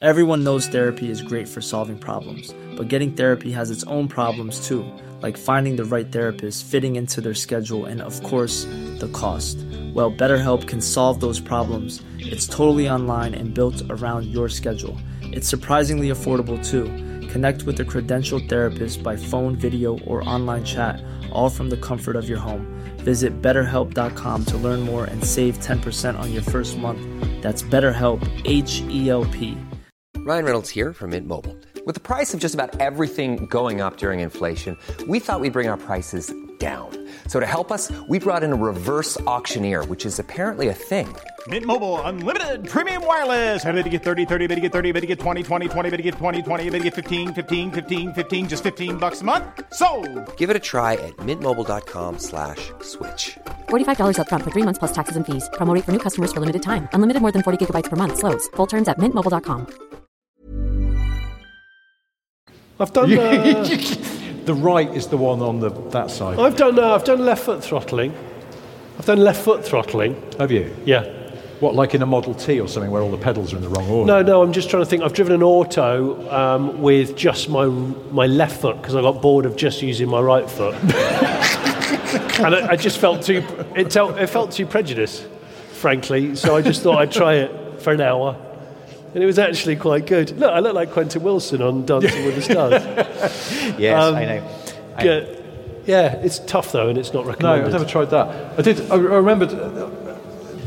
M: Everyone knows therapy is great for solving problems, but getting therapy has its own problems too, like finding the right therapist, fitting into their schedule, and of course, the cost. Well, BetterHelp can solve those problems. It's totally online and built around your schedule. It's surprisingly affordable too. Connect with a credentialed therapist by phone, video, or online chat, all from the comfort of your home. Visit betterhelp.com to learn more and save 10% on your first month. That's BetterHelp, H E L P.
N: Ryan Reynolds here from Mint Mobile. With the price of just about everything going up during inflation, we thought we'd bring our prices down. So to help us, we brought in a reverse auctioneer, which is apparently a thing.
J: Mint Mobile unlimited premium wireless. Ready to get 30, 30, bit to get 30, bit to get 20, 20, 20, bit to get 20, 20, bit to get 15, 15, 15, 15 just 15 bucks a month. So,
N: Give it a try at mintmobile.com slash switch.
O: $45 upfront for three months plus taxes and fees. Promo rate for new customers for limited time. Unlimited more than 40 gigabytes per month. Slows. Full terms at mintmobile.com.
A: I've done. Uh,
B: the right is the one on the that side.
A: I've done. Uh, I've done left foot throttling. I've done left foot throttling.
B: Have you?
A: Yeah.
B: What, like in a Model T or something, where all the pedals are in the wrong order?
A: No, no. I'm just trying to think. I've driven an auto um, with just my my left foot because I got bored of just using my right foot, and I, I just felt too. It, tell, it felt too prejudiced, frankly. So I just thought I'd try it for an hour, and it was actually quite good. Look, I look like Quentin Wilson on Dancing with the Stars.
P: Yes,
A: Um,
P: I know. I
A: yeah, yeah, it's tough though, and it's not
B: No,
A: recommended.
B: I've never tried that. I did. I, I remembered, uh,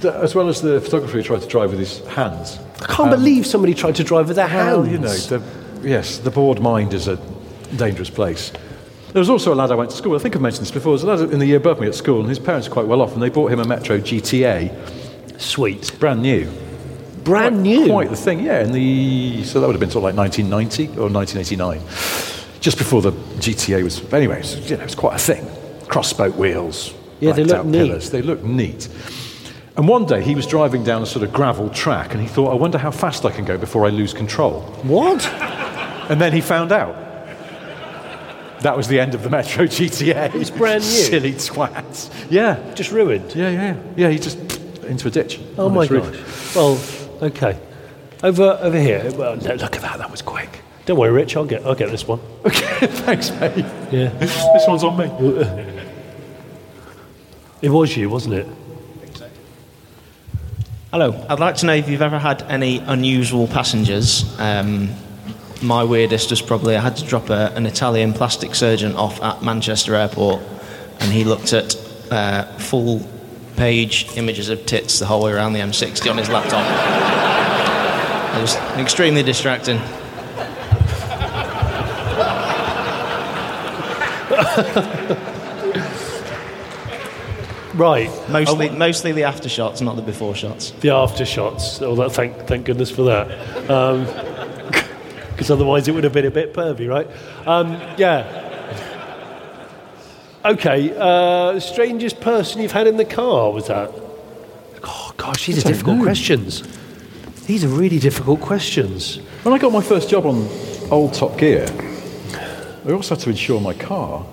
B: th- as well as the photographer who tried to drive with his hands.
A: I can't believe somebody tried to drive with their hands.
B: Um, Well, you know, the, yes, the bored mind is a dangerous place. There was also a lad I went to school. I think I've mentioned this before. There was a lad in the year above me at school, and his parents were quite well off, and they bought him a Metro GTA.
A: Sweet,
B: brand new.
A: Brand new.
B: Quite the thing, yeah. In the so that would have been sort of like 1990 or 1989, just before the GTA was. but Anyway, it's, you know, it's quite a thing. Cross spoke wheels.
A: Yeah, they
B: blacked
A: look
B: out
A: neat.
B: Pillars. They look neat. And one day he was driving down a sort of gravel track, and he thought, "I wonder how fast I can go before I lose control."
A: What?
B: And then he found out. That was the end of the Metro GTA. It was
A: brand new.
B: Silly twats. Yeah.
A: Just ruined.
B: Yeah, yeah. Yeah, he just into a ditch.
A: Oh
B: on
A: my
B: his roof.
A: gosh. Well, okay. Over over here. Well, no, look at that. That was quick. Don't worry, Rich. I'll get I'll get this one.
B: Okay, thanks, mate.
A: Yeah.
B: this one's on me.
A: It was you, wasn't it?
Q: Hello. I'd like to know if you've ever had any unusual passengers. Um, my weirdest was probably I had to drop a, an Italian plastic surgeon off at Manchester Airport, and he looked at uh, full page images of tits the whole way around the M60 on his laptop. it was extremely distracting.
A: Right.
Q: Mostly, mostly the after shots, not the before shots.
A: The after shots. Oh, that, thank thank goodness for that. Because otherwise it would have been a bit pervy, right? Um, yeah. Okay. Uh, strangest person you've had in the car was that? Oh gosh, these
B: I
A: are
B: don't
A: difficult
B: know.
A: questions. These are really difficult questions.
B: When I got my first job on old Top Gear, I also had to insure my car,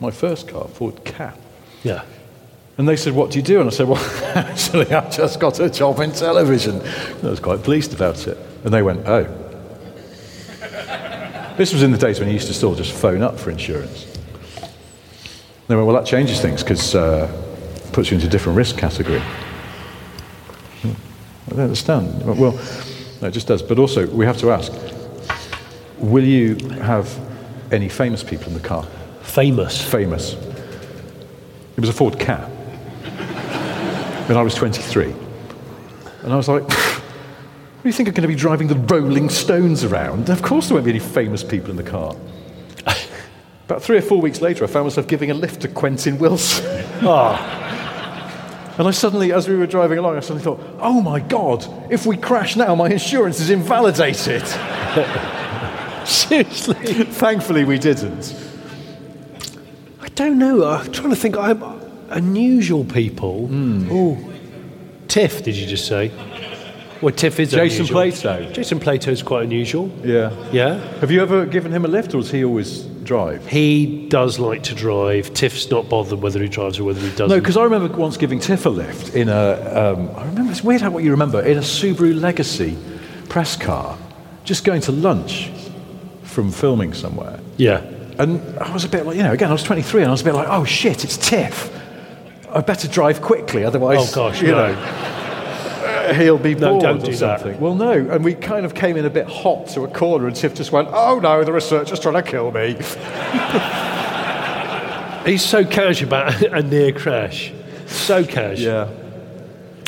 B: my first car, Ford Cap.
A: Yeah.
B: And they said, What do you do? And I said, Well, actually, I've just got a job in television. And I was quite pleased about it. And they went, Oh. this was in the days when you used to still just phone up for insurance. And they went, Well, that changes things because uh, it puts you into a different risk category. Hmm. I don't understand. Well, no, it just does. But also, we have to ask will you have any famous people in the car?
A: Famous.
B: Famous. It was a Ford Cap when I was 23. And I was like, what do you think I'm going to be driving the Rolling Stones around? Of course, there won't be any famous people in the car. About three or four weeks later, I found myself giving a lift to Quentin Wilson. Ah. And I suddenly, as we were driving along, I suddenly thought, oh my God, if we crash now, my insurance is invalidated.
A: Seriously?
B: Thankfully, we didn't.
A: I don't know. I'm trying to think. I'm unusual people.
B: Hmm.
A: Oh, Tiff, did you just say? Well, Tiff is
B: Jason
A: unusual.
B: Plato.
A: Jason Plato's quite unusual.
B: Yeah.
A: Yeah.
B: Have you ever given him a lift, or does he always drive?
A: He does like to drive. Tiff's not bothered whether he drives or whether he doesn't.
B: No, because I remember once giving Tiff a lift in a. Um, I remember it's weird how what you remember in a Subaru Legacy press car, just going to lunch from filming somewhere.
A: Yeah.
B: And I was a bit like, you know, again, I was 23, and I was a bit like, oh shit, it's Tiff. I better drive quickly, otherwise.
A: Oh, gosh,
B: you
A: no.
B: know. he'll be
A: No,
B: bored
A: don't
B: or
A: do that.
B: something. Well, no, and we kind of came in a bit hot to a corner, and Tiff just went, "Oh no, the researcher's trying to kill me."
A: He's so cash about a near crash. So cash.
B: Yeah.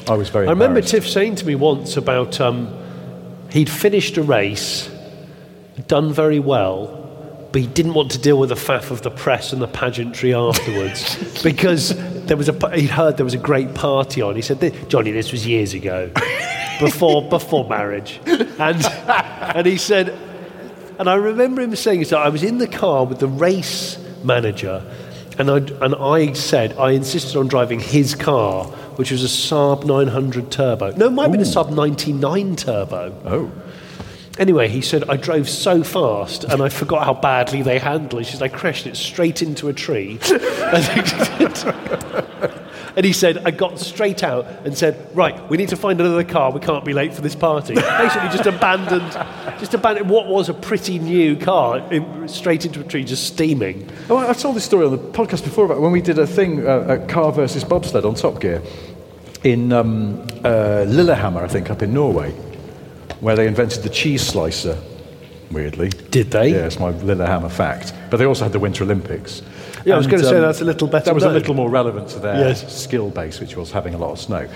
B: I was very.
A: I remember Tiff saying to me once about um, he'd finished a race, done very well, but he didn't want to deal with the faff of the press and the pageantry afterwards because there was a he'd heard there was a great party on. He said, "Th- "Johnny, this was years ago, before before marriage," and and he said, and I remember him saying so. I was in the car with the race manager, and I and I said I insisted on driving his car, which was a Saab 900 turbo. No, it might have been a Saab 99 turbo.
B: Oh.
A: Anyway, he said I drove so fast and I forgot how badly they handle it. She said I crashed it straight into a tree. And he said, I got straight out and said, Right, we need to find another car. We can't be late for this party. Basically, just abandoned, just abandoned what was a pretty new car in, straight into a tree, just steaming.
B: Oh, I I told this story on the podcast before about when we did a thing, uh, a car versus bobsled on Top Gear in um, uh, Lillehammer, I think, up in Norway, where they invented the cheese slicer, weirdly.
A: Did they?
B: Yeah, it's my Lillehammer fact. But they also had the Winter Olympics.
A: Yeah, I was
B: And,
A: going to say
B: um,
A: that's a little better.
B: That was a
A: known.
B: little more relevant to their
A: Yes.
B: skill base, which was having a lot of snow.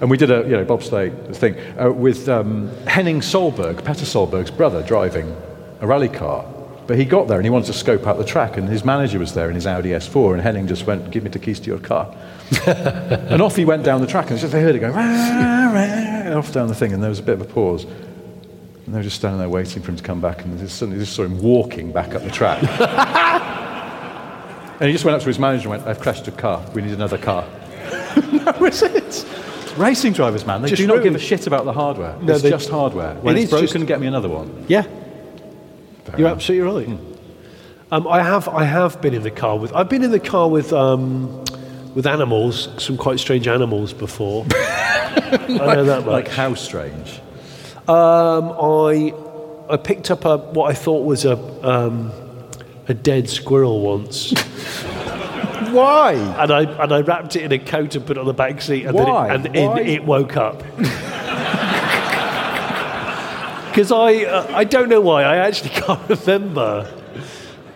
B: And we did a you know, bobsleigh thing uh, with um, Henning Solberg, Petter Solberg's brother, driving a rally car. But he got there and he wanted to scope out the track, and his manager was there in his Audi S4, and Henning just went, "Give me the keys to your car," and off he went down the track. And just, they heard it go rah, rah, off down the thing, and there was a bit of a pause. And they were just standing there waiting for him to come back, and they suddenly just saw him walking back up the track. And he just went up to his manager and went, I've crashed a car. We need another car. that was it. Racing drivers, man, they
A: Just
B: do not give a
A: ruined.
B: shit about the hardware.
A: No,
B: it's
A: they-
B: just hardware. When
A: It
B: it's
A: is
B: broken,
A: just-
B: get me another one.
A: Yeah. You're absolutely right. Hmm. Um, I have I have been in the car with I've been in the car with um, with animals, some quite strange animals before. I know that much.
B: Like how strange?
A: Um, I I picked up a what I thought was a um, a dead squirrel once.
B: Why?
A: And I and I wrapped it in a coat and put it on the back seat, and
B: Why?
A: then it, and in
B: Why?
A: it woke up. Because I uh, I don't know why I actually can't remember.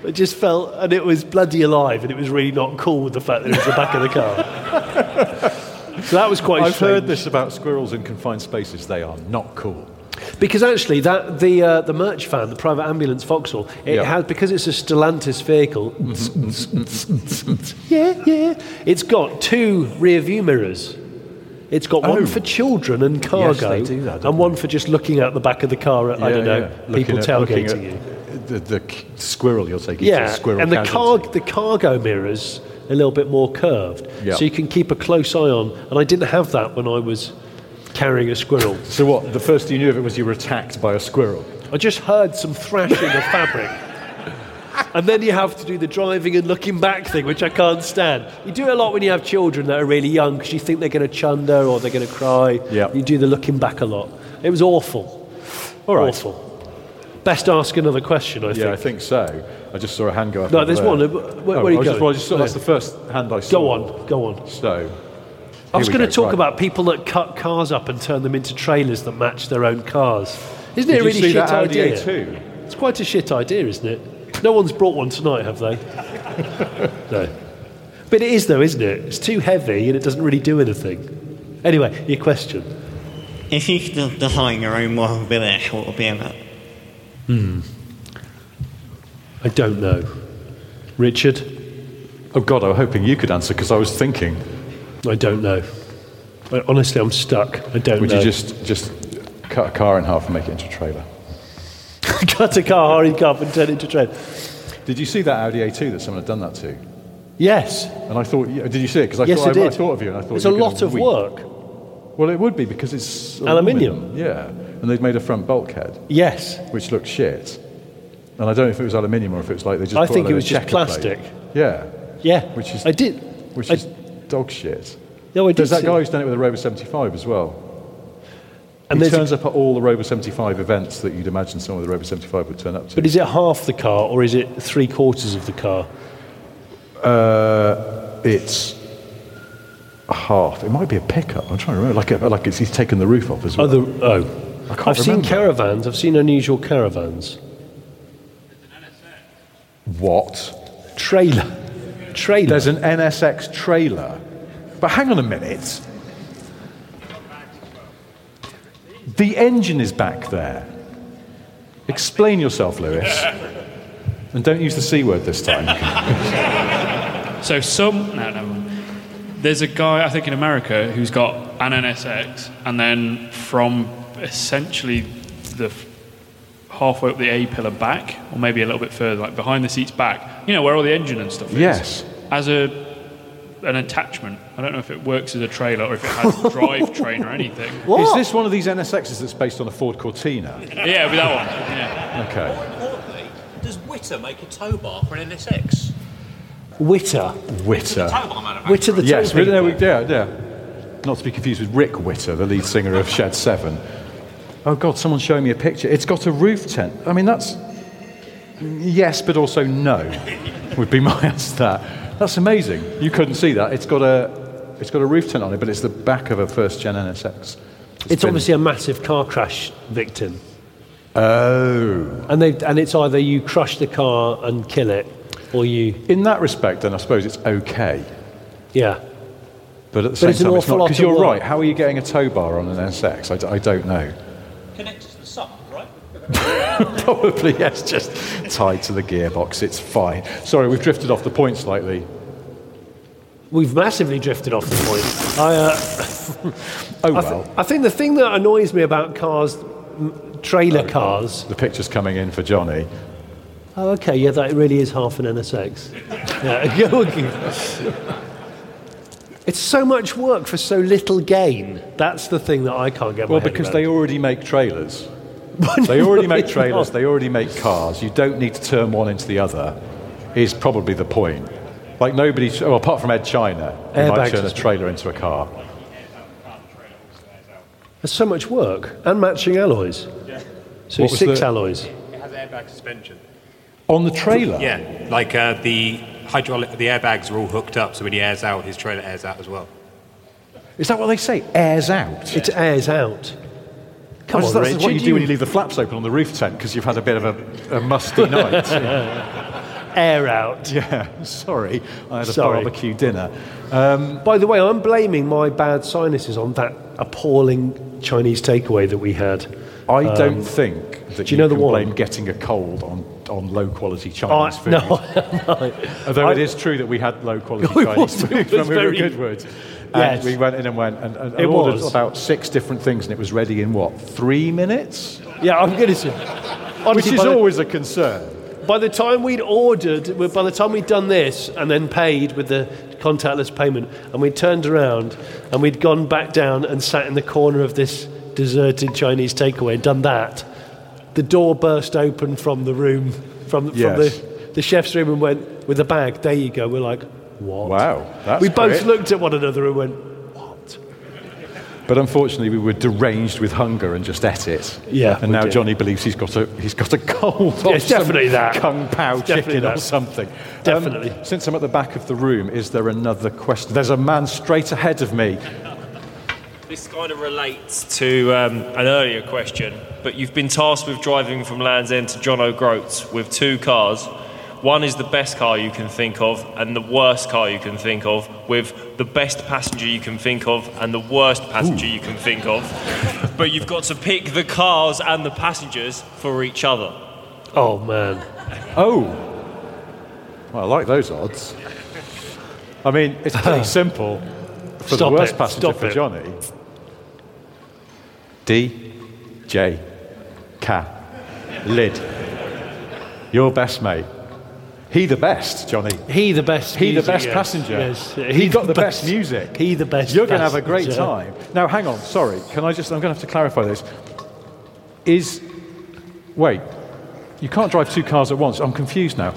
A: It just felt and it was bloody alive, and it was really not cool with the fact that it was the back of the car. So that was quite.
B: I've
A: strange.
B: heard this about squirrels in confined spaces. They are not cool.
A: Because actually, that the uh, the merch van, the private ambulance Vauxhall, it
B: Yeah.
A: has because it's a Stellantis vehicle. yeah, yeah. It's got two rear view mirrors. It's got one
B: Oh.
A: for children and cargo,
B: they do that, don't
A: and one for just looking out the back of the car at I
B: Yeah,
A: don't know
B: yeah.
A: people
B: Looking at- looking
A: tailgating you.
B: at The, the k- squirrel you're taking to
A: Yeah,
B: squirrel
A: and the
B: casualty.
A: car the cargo mirrors a little bit more curved,
B: Yeah.
A: so you can keep a close eye on. And I didn't have that when I was carrying a squirrel.
B: So what? The first you knew of it was you were attacked by a squirrel.
A: I just heard some thrashing of fabric. And then you have to do the driving and looking back thing, which I can't stand. You do it a lot when you have children that are really young because you think they're going to chunder or they're going to cry.
B: Yeah.
A: You do the looking back a lot. It was awful.
B: All right.
A: Awful. Best ask another question, I
B: yeah,
A: think.
B: I think so. I just saw a hand go up.
A: No,
B: over
A: there's
B: there.
A: one. Where- where
B: Oh,
A: are you
B: I was just-
A: going?
B: well, I just saw- that's
A: There.
B: the first hand I saw.
A: Go on, go on.
B: So,
A: I was
B: Here we
A: going to
B: go,
A: talk
B: right.
A: about people that cut cars up and turn them into trailers that match their own cars. Isn't
B: Did
A: it a
B: you
A: really
B: see
A: shit
B: that Audi
A: idea?
B: A2?
A: It's quite a shit idea, isn't it? No one's brought one tonight, have they? no. But it is, though, isn't it? It's too heavy and it doesn't really do anything. Anyway, your question.
R: If you could design your own model village, what would be in it?
A: Hmm. I don't know. Richard?
B: Oh, God, I was hoping you could answer because I was thinking.
A: I don't know. I, honestly, I'm stuck. I don't
B: Would
A: know.
B: you just, just cut a car in half and make it into a trailer?
A: cut a car, hurry car, and turn it into a trailer?
B: Did you see that Audi A2 that someone had done that to?
A: Yes.
B: And I thought, yeah, did you see it? Because I,
A: Yes,
B: thought,
A: I
B: I,
A: did.
B: thought of you and I thought
A: It's
B: you
A: a
B: were gonna
A: lot of
B: weep.
A: work.
B: Well, it would be because it's a
A: Aluminium.
B: woman, Yeah, and they'd made a front bulkhead.
A: Yes,
B: which looked shit. And I don't know if it was aluminium or if it was like they just.
A: I
B: put a
A: think
B: load
A: it was
B: of
A: just
B: checker plate.
A: plastic.
B: Yeah.
A: Yeah.
B: Which is
A: I did.
B: Which
A: I-
B: is dog shit.
A: No, I did
B: There's that
A: see-
B: guy who's done it with a Rover 75 as well.
A: And
B: And he
A: there's a-
B: turns up at all the Rover 75 events that you'd imagine someone with a Rover 75 would turn up to.
A: But is it half the car or is it three quarters of the car?
B: Uh, it's. half. It might be a pickup. I'm trying to remember. Like, a, like it's, he's taken the roof off as
A: Oh,
B: well.
A: the, oh.
B: I can't
A: I've seen
B: remember.
A: caravans. I've seen unusual caravans.
B: What? Oh. Trailer. Trailer. There's an NSX trailer. But hang on a minute. The engine is back there. Explain yourself, Lewis. And don't use the C word this time.
S: So some no, never mind. There's a guy I think in America who's got an NSX, and then from essentially the f- halfway up the A pillar back, or maybe a little bit further, like behind the seats back. You know where all the engine and stuff is.
B: Yes.
S: As a an attachment. I don't know if it works as a trailer or if it has a drivetrain or anything.
B: Is this one of these NSXs that's based on a Ford Cortina?
S: Yeah, with that one. Yeah.
B: Okay.
T: Does Witter make a tow bar for an NSX?
B: Witter. Witter.
T: Witter the
B: yes,
T: tow
B: Witter, yeah, yeah. Not to be confused with Rick Witter, the lead singer of Shed 7. Oh, God, someone's showing me a picture. It's got a roof tent. I mean, that's yes, but also no, would be my answer to that. That's amazing. You couldn't see that. It's got a, it's got a roof tent on it, but it's the back of a first gen NSX.
A: It's, obviously a massive car crash victim.
B: Oh.
A: And, they, and it's either you crush the car and kill it, or you.
B: In that respect, then I suppose it's okay.
A: Yeah.
B: But at the
A: But
B: same
A: it's an
B: time, it's
A: awful
B: not.
A: lot
B: Because
A: of
B: you're
A: work.
B: right. How are you getting a tow bar on an NSX? I, d- I don't know.
T: Connected to the sun, right?
B: Probably, yes, just tied to the gearbox. It's fine. Sorry, we've drifted off the point slightly.
A: We've massively drifted off the point. I, uh,
B: Oh,
A: I thi-
B: well.
A: I think the thing that annoys me about cars, m-
B: Oh.
A: trailer cars.
B: The picture's coming in for Johnny.
A: Oh, okay, yeah, that really is half an NSX. Yeah, go on. it's so much work for so little gain. That's the thing that I can't get my
B: Well,
A: head
B: because
A: around.
B: they already make trailers. they already make trailers, they already make cars. You don't need to turn one into the other, is probably the point. Like nobody, well, apart from Ed China, who might
A: Airbags
B: turn a
A: is-
B: trailer into a car.
A: There's so much work and matching alloys. So
B: What was
A: six
B: the-
A: alloys.
U: It has airbag suspension.
B: On the trailer?
U: Yeah, like uh, the hydraulic, the airbags are all hooked up, so when he airs out, his trailer airs out as well.
B: Is that what they say? Airs out.
A: It airs out. Come
B: Well,
A: on,
B: that's what you
A: Richard,
B: do when you leave the flaps open on the roof tent because you've had a bit of a, a musty night.
A: Air out.
B: Yeah, sorry. I had a
A: Sorry.
B: barbecue dinner.
A: By the way, I'm blaming my bad sinuses on that appalling Chinese takeaway that we had.
B: I
A: Um,
B: don't think that
A: do you know the
B: can
A: one?
B: blame getting a cold on, on low quality
A: Oh,
B: Chinese food.
A: no,
B: Although it
A: I-
B: is true that we had low quality
A: It
B: Chinese
A: was- it
B: food
A: was
B: when we were
A: very-
B: at Goodwood. And
A: Yes.
B: we went in and went and, and, and
A: It
B: ordered
A: was.
B: about six different things and it was ready in what, three minutes?
A: Yeah, I'm going to say.
B: Which
A: Honestly,
B: is
A: by the-
B: always a concern.
A: By the time we'd ordered, well, by the time we'd done this and then paid with the contactless payment, and we'd turned around and we'd gone back down and sat in the corner of this deserted Chinese takeaway and done that, the door burst open from the room, from,
B: Yes.
A: from the, the chef's room and went, with a bag, there you go. We're like, what?
B: Wow, that's
A: we both
B: quick.
A: looked at one another and went,
B: But unfortunately, we were deranged with hunger and just ate it.
A: Yeah, we
B: And now
A: did.
B: Johnny believes he's got a he's got a cold.
A: Yeah, it's
B: or some
A: definitely that.
B: kung pao
A: It's definitely
B: chicken or
A: that.
B: something.
A: Definitely.
B: Um, since I'm at the back of the room, is there another question? There's a man straight ahead of me.
V: This kind of relates to um, an earlier question, but you've been tasked with driving from Land's End to John O'Groats with two cars. One is the best car you can think of, and the worst car you can think of, with the best passenger you can think of, and the worst passenger you can think of. but you've got to pick the cars and the passengers for each other.
A: oh man.
B: Oh. Well, I like those odds. I mean, it's pretty simple for
A: Stop
B: the worst
A: it,
B: passenger
A: stop
B: for
A: it.
B: Johnny. D, J, K, lid. Your best mate. He the best, Johnny.
A: He the best.
B: He the
A: music,
B: best
A: yes,
B: passenger.
A: yes.
B: He, got the best, music.
A: He the best.
B: You're going to have a great
A: passenger.
B: time. Now, hang on. Sorry. Can I just? I'm going to have to clarify this. Is wait? You can't drive two cars at once. I'm confused now.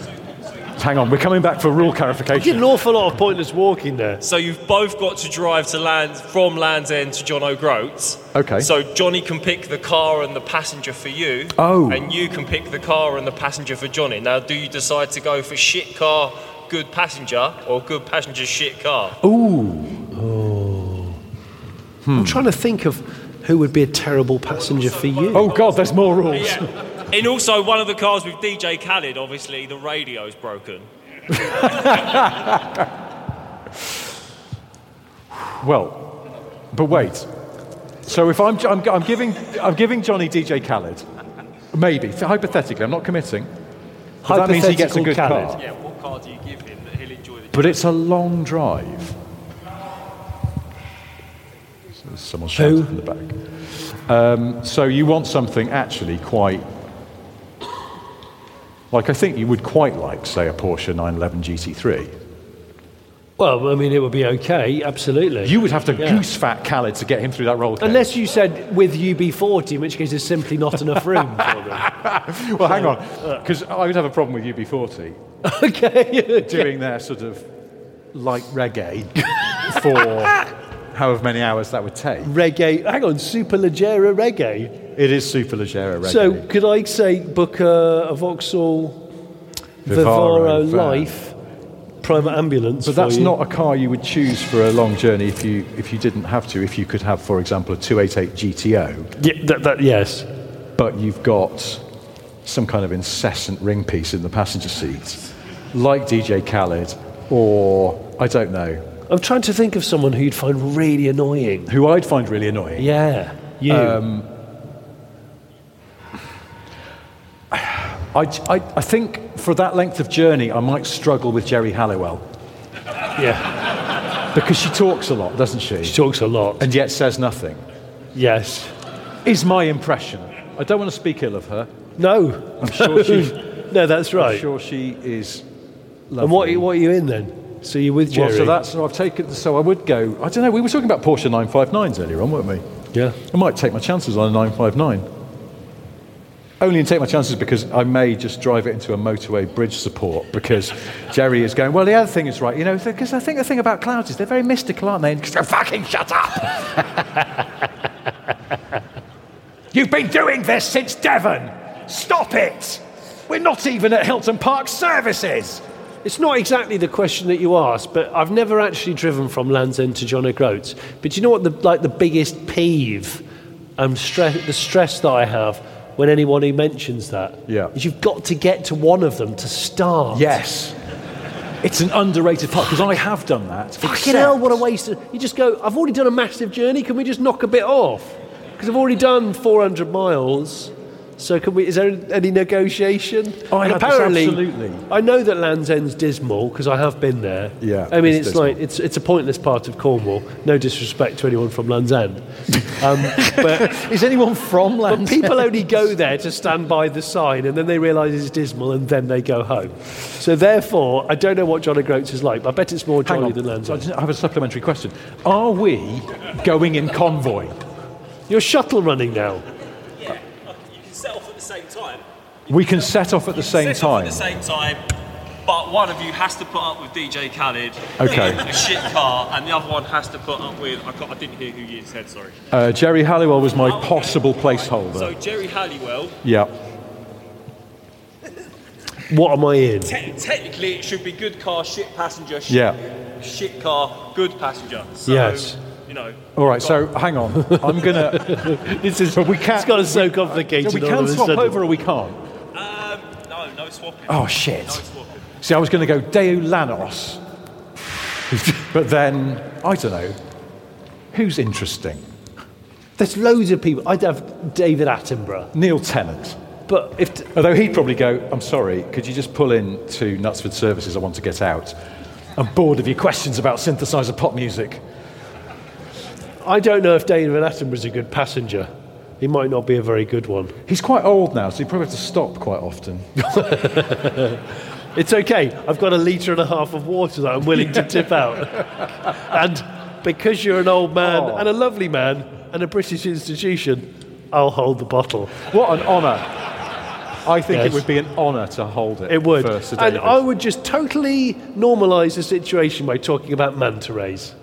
B: Hang on. We're coming back for rule clarification.
A: Did an awful lot of pointless walking there.
V: So you've both got to drive to land from Land's End to John O'Groats.
B: Okay.
V: So Johnny can pick the car and the passenger for you.
B: Oh.
V: And you can pick the car and the passenger for Johnny. Now, do you decide to go for shit car, good passenger, or good passenger, shit car?
B: Ooh.
A: I'm trying to think of who would be a terrible passenger for you.
B: Oh God, there's more rules.
V: And also, one of the cars with DJ Khaled, obviously, the radio's broken.
B: Well, but wait. So if I'm, I'm, I'm giving, I'm giving Johnny DJ Khaled, maybe so hypothetically, I'm not committing. But that means he gets a good car.
V: Yeah, what car do you give him that he'll enjoy the
B: But it's a long drive. There's Someone shouted in the back. Um, so you want something actually quite. Like I think you would quite like, say, a Porsche 911 GT3.
A: Well, I mean, it would be okay, absolutely.
B: You would have to
A: Yeah.
B: goose fat Khaled to get him through that roll. cage.
A: Unless you said with UB40, in which case there's simply not enough room.
B: well, hang on,
A: Uh.
B: because I would have a problem with UB40.
A: okay.
B: Doing their sort of light reggae for however many hours that would take.
A: reggae, hang on, Superleggera reggae.
B: It is super leggera reggae.
A: So could I say book a, a Vauxhall
B: Vivaro
A: Vivaro
B: van.
A: Life private ambulance?
B: but
A: for
B: that's
A: you?
B: not a car you would choose for a long journey if you if you didn't have to. If you could have, for example, a 288 GTO.
A: Yeah, that, that, yes.
B: But you've got some kind of incessant ring piece in the passenger seat, like DJ Khaled, or I don't know,
A: I'm trying to think of someone who you'd find really annoying.
B: who I'd find really annoying.
A: Yeah, you.
B: Um, I, I, I think for that length of journey, I might struggle with Jerry Halliwell
A: yeah.
B: because she talks a lot, doesn't she? She
A: talks a lot.
B: And yet says nothing,
A: Yes.
B: is my impression. I don't want to speak ill of her.
A: No.
B: I'm sure she.
A: no, that's right.
B: I'm sure she is lovely.
A: And what, what are you in then? So you're with Jerry?
B: Well, so that's so I've taken. So I would go. I don't know. We were talking about Porsche 959s earlier on, weren't we?
A: Yeah.
B: I might take my chances on a 959. Only take my chances because I may just drive it into a motorway bridge support because Jerry is going. Well, the other thing is right, you know, because I think the thing about clouds is they're very mystical, aren't they? And fucking shut up. You've been doing this since Devon. Stop it. We're not even at Hilton Park services.
A: It's not exactly the question that you asked, but I've never actually driven from Land's End to John O'Groats. But do you know what the like the biggest peeve and stress the stress that I have when anyone who mentions that
B: Yeah.
A: is you've got to get to one of them to start.
B: Yes. It's an underrated part because I have done that.
A: Fucking hell, what a waste of you just go, I've already done a massive journey, can we just knock a bit off? Because I've already done four hundred miles. So can we is there any negotiation?
B: Oh, I
A: And
B: had this absolutely.
A: I know that Land's End's dismal because I have been there.
B: Yeah,
A: I mean,
B: it's
A: it's,
B: dismal.
A: like it's it's a pointless part of Cornwall. No disrespect to anyone from Land's End, um, but
B: is anyone from
A: Land's? But people only go there to stand by the sign, and then they realise it's dismal, and then they go home. So therefore, I don't know what John O'Groats is like. But I bet it's more
B: Hang
A: jolly
B: on.
A: than Land's
B: I
A: End.
B: just- I have a supplementary question. Are we going in convoy?
A: You're shuttle running now.
T: Yeah, you can set off at the same time.
B: We can set off at the same
V: Set off
B: time.
V: At the same time, but one of you has to put up with DJ Khaled.
B: Okay.
V: in A shit car, and the other one has to put up with. I, got, I didn't hear who you said. Sorry.
B: Uh, Jerry Halliwell was my
V: Oh, okay.
B: possible
V: So
B: placeholder.
V: Jerry Halliwell.
B: Yeah.
A: What am I in?
V: Te- technically, it should be good car, shit passenger. Shit,
B: Yeah.
V: Shit car, good passenger. So,
B: Yes.
V: You know.
B: All right, so hang on. I'm gonna. this is. But we can't. It's
A: gotten so complicated
B: We
A: all
B: can
A: of a
B: swap
A: sudden.
B: over, or we can't.
V: Um, no, no swapping.
B: Oh shit.
V: No swapping.
B: See, I was going to go Deu Lanos, but then I don't know. Who's interesting?
A: There's loads of people. I'd have David Attenborough.
B: Neil Tennant.
A: But if
B: although he'd probably go, I'm sorry, could you just pull in to Knutsford Services? I want to get out. I'm bored of your questions about synthesizer pop music.
A: I don't know if David Attenborough's a good passenger. He might not be a very good one.
B: He's quite old now, so he probably has to stop quite often.
A: It's okay. I've got a litre and a half of water that I'm willing to tip out. and because you're an old man
B: Oh.
A: and a lovely man and a British institution, I'll hold the bottle.
B: What an honour. I think
A: Yes.
B: it would be an honour to hold it.
A: It would.
B: For Sir
A: And
B: David.
A: I would just totally normalise the situation by talking about manta rays.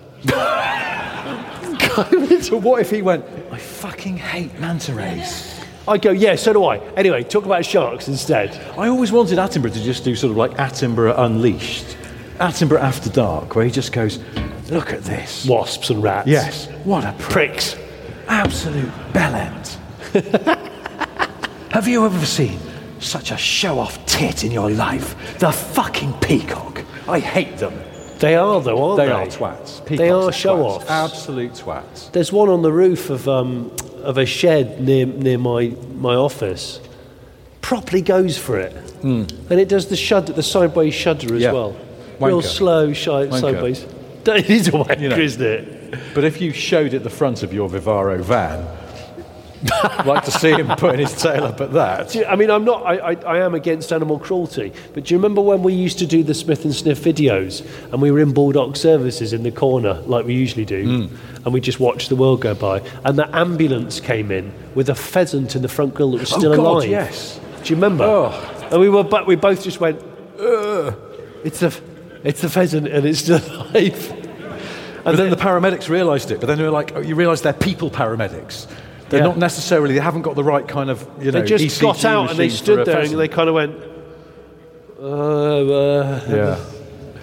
B: so what if he went, I fucking hate manta rays?
A: I go, yeah, so do I. Anyway, talk about sharks instead.
B: I always wanted Attenborough to just do sort of like Attenborough Unleashed, Attenborough After Dark, where he just goes, Look at this.
A: Wasps and rats.
B: Yes.
A: What a pricks.
B: Absolute bellend. Have you ever seen such a show off tit in your life? The fucking peacock. I hate them.
A: They are, though, aren't they?
B: They are twats.
A: they
B: Peacocks
A: are show
B: twats.
A: offs.
B: Absolute twats.
A: There's one on the roof of um, of a shed near near my my office. Properly goes for it, and it does the shudder, the sideways shudder as
B: Hmm. Yeah.
A: well. Real
B: Wanker.
A: slow shi-
B: Wanker.
A: sideways. It is a wanker,
B: You know.
A: isn't it?
B: But if you showed it the front of your Vivaro van, I'd like to see him putting his tail up at that.
A: Do you- I mean, I'm not. I, I, I am against animal cruelty. But do you remember when we used to do the Smith and Sniff videos, and we were in Bulldog Services in the corner like we usually do,
B: Hmm.
A: and we just watched the world go by, and the ambulance came in with a pheasant in the front grill that was
B: Oh,
A: still
B: God,
A: alive.
B: yes. Oh.
A: Do you remember? And we were, but we both just went, Ugh, it's the, f- it's the pheasant, and it's still alive.
B: And then the paramedics realised it, but then they were like, oh, you realise they're people paramedics. They're
A: Yeah.
B: not necessarily, they haven't got the right kind of, you know,
A: they just
B: ECG
A: got out and they
B: E machine for a
A: stood there and
B: pheasant.
A: they kind of went, uh, uh,
B: Yeah.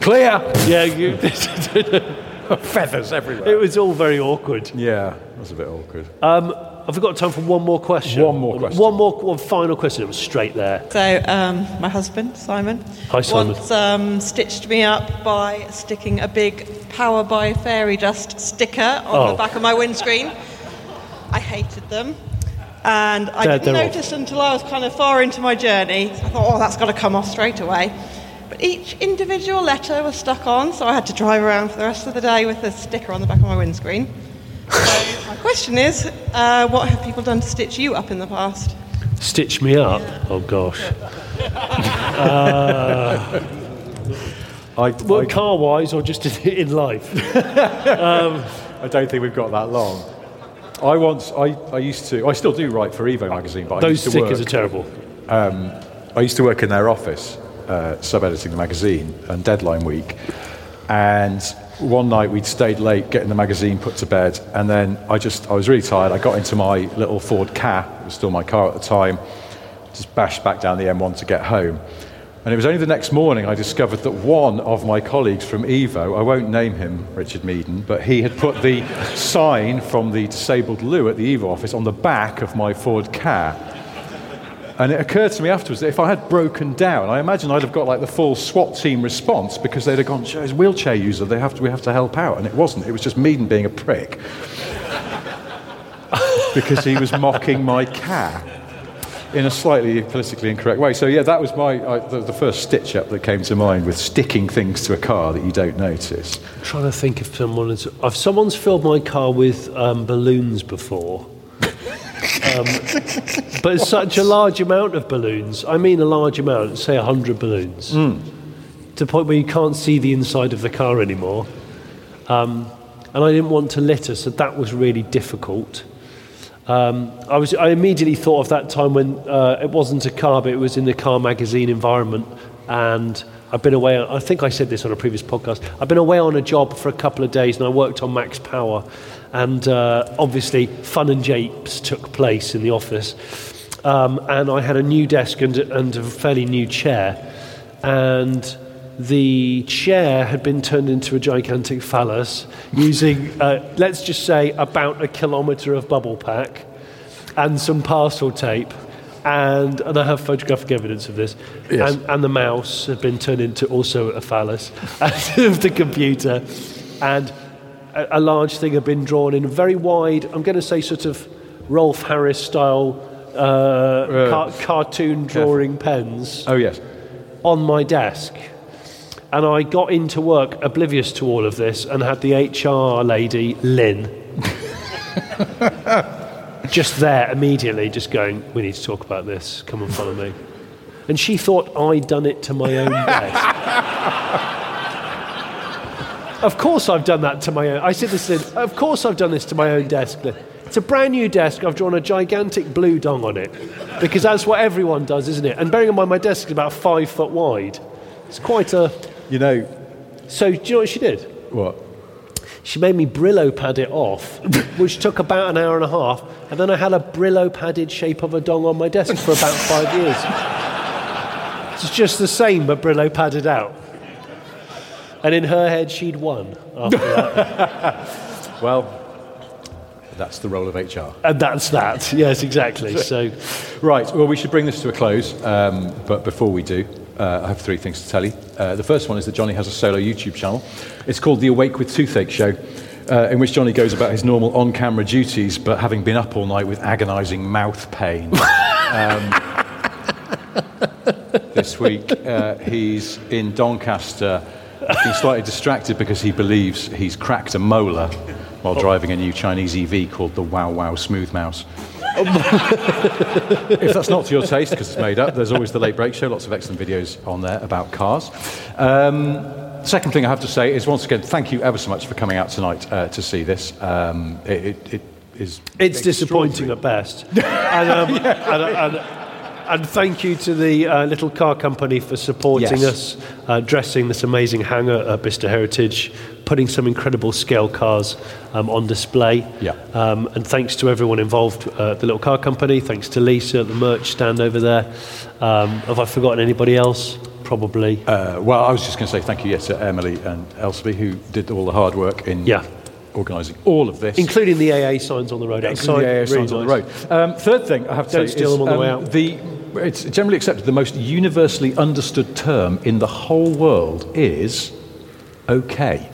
B: Clear!
A: Yeah, you,
B: feathers everywhere.
A: It was all very awkward.
B: Yeah, that's a bit awkward.
A: Um, I've got time for one more question. One more
B: question.
A: One more, one final question. It was straight there.
C: So, um, my husband, Simon,
A: Hi, Simon.
C: once um, stitched me up by sticking a big Power by Fairy Dust sticker on
A: Oh.
C: the back of my windscreen. I hated them. And I
A: They're-
C: didn't
A: they're
C: notice until I was kind of far into my journey. I thought, oh, that's got to come off straight away. But each individual letter was stuck on, so I had to drive around for the rest of the day with a sticker on the back of my windscreen. So my question is, uh, what have people done to stitch you up in the past?
A: Stitch me up. Oh gosh. uh, well, car-wise or just in, in life?
B: um, I don't think we've got that long. I once, I, I used to, I still do write for Evo magazine, but
A: Those
B: I used to
A: stickers
B: work,
A: are terrible.
B: Um, I used to work in their office, uh, sub-editing the magazine and deadline week. And one night we'd stayed late getting the magazine put to bed, and then I just, I was really tired. I got into my little Ford Ka, it was still my car at the time, just bashed back down the M1 to get home. And it was only the next morning I discovered that one of my colleagues from Evo, I won't name him Richard Meaden, but he had put the sign from the disabled loo at the Evo office on the back of my Ford car. And it occurred to me afterwards that if I had broken down, I imagine I'd have got like the full SWAT team response because they'd have gone, "Joe, he's a wheelchair user, they have to, we have to help out. And it wasn't, it was just Meaden being a prick because he was mocking my car in a slightly politically incorrect way. So yeah, that was my I, the, the first stitch up that came to mind with sticking things to a car that you don't notice.
A: I'm trying to think if someone has. If someone's filled my car with um, balloons before. um, but it's such a large amount of balloons. I mean, a large amount, say 100 balloons, to the point where you can't see the inside of the car anymore. Um, and I didn't want to litter, so that was really difficult. Um, I, was, I immediately thought of that time when uh, it wasn't a car, but it was in the car magazine environment. And I've been away, I think I said this on a previous podcast. I've been away on a job for a couple of days and I worked on Max Power. And uh, obviously, fun and japes took place in the office. Um, and I had a new desk and, and a fairly new chair. And the chair had been turned into a gigantic phallus using, uh, let's just say, about a kilometre of bubble pack and some parcel tape. And, and I have photographic evidence of this.
B: Yes.
A: And, and the mouse had been turned into also a phallus and of the computer. And a, a large thing had been drawn in very wide, I'm going to say, sort of Rolf Harris style uh, car- cartoon drawing pens.
B: Oh, yes.
A: On my desk. And I got into work oblivious to all of this and had the HR lady, Lynn, just there immediately, just going, We need to talk about this. Come and follow me. And she thought I'd done it to my own desk. of course I've done that to my own. I said this in, of course I've done this to my own desk. Lynn. It's a brand new desk. I've drawn a gigantic blue dong on it because that's what everyone does, isn't it? And bearing in mind, my desk is about five foot wide. It's quite a.
B: You know.
A: So, do you know what she did?
B: What?
A: She made me Brillo pad it off, which took about an hour and a half, and then I had a Brillo padded shape of a dong on my desk for about five years. It's just the same, but Brillo padded out. And in her head, she'd won after that.
B: well, that's the role of HR.
A: And that's that. Yes, exactly. So,
B: right. Well, we should bring this to a close. Um, but before we do, uh, I have three things to tell you. Uh, the first one is that Johnny has a solo YouTube channel. It's called The Awake with Toothache Show, uh, in which Johnny goes about his normal on-camera duties, but having been up all night with agonising mouth pain. um, this week, uh, he's in Doncaster. He's been slightly distracted because he believes he's cracked a molar while driving a new Chinese EV called the Wow Wow Smooth Mouse. if that's not to your taste, because it's made up, there's always the Late Break Show, lots of excellent videos on there about cars. Um, second thing I have to say is, once again, thank you ever so much for coming out tonight uh, to see this. Um, it, it, it is
A: It's disappointing at best. and, um, and, and, and thank you to the uh, little car company for supporting
B: Yes.
A: us, uh, dressing this amazing hangar at Bicester Heritage, putting some incredible scale cars um, on display.
B: Yeah.
A: Um, and thanks to everyone involved uh, at the little car company. Thanks to Lisa at the merch stand over there. Um, have I forgotten anybody else? Probably.
B: Uh, well, I was just going to say thank you, yes, to Emily and Elspie, who did all the hard work in organising all of this.
A: Including the AA signs on the road outside.
B: Including the AA
A: Really
B: signs on the
A: nice.
B: road. Um, third thing I have to
A: Don't
B: say
A: steal
B: is,
A: them on the way
B: um,
A: out.
B: the- it's generally accepted the most universally understood term in the whole world is okay.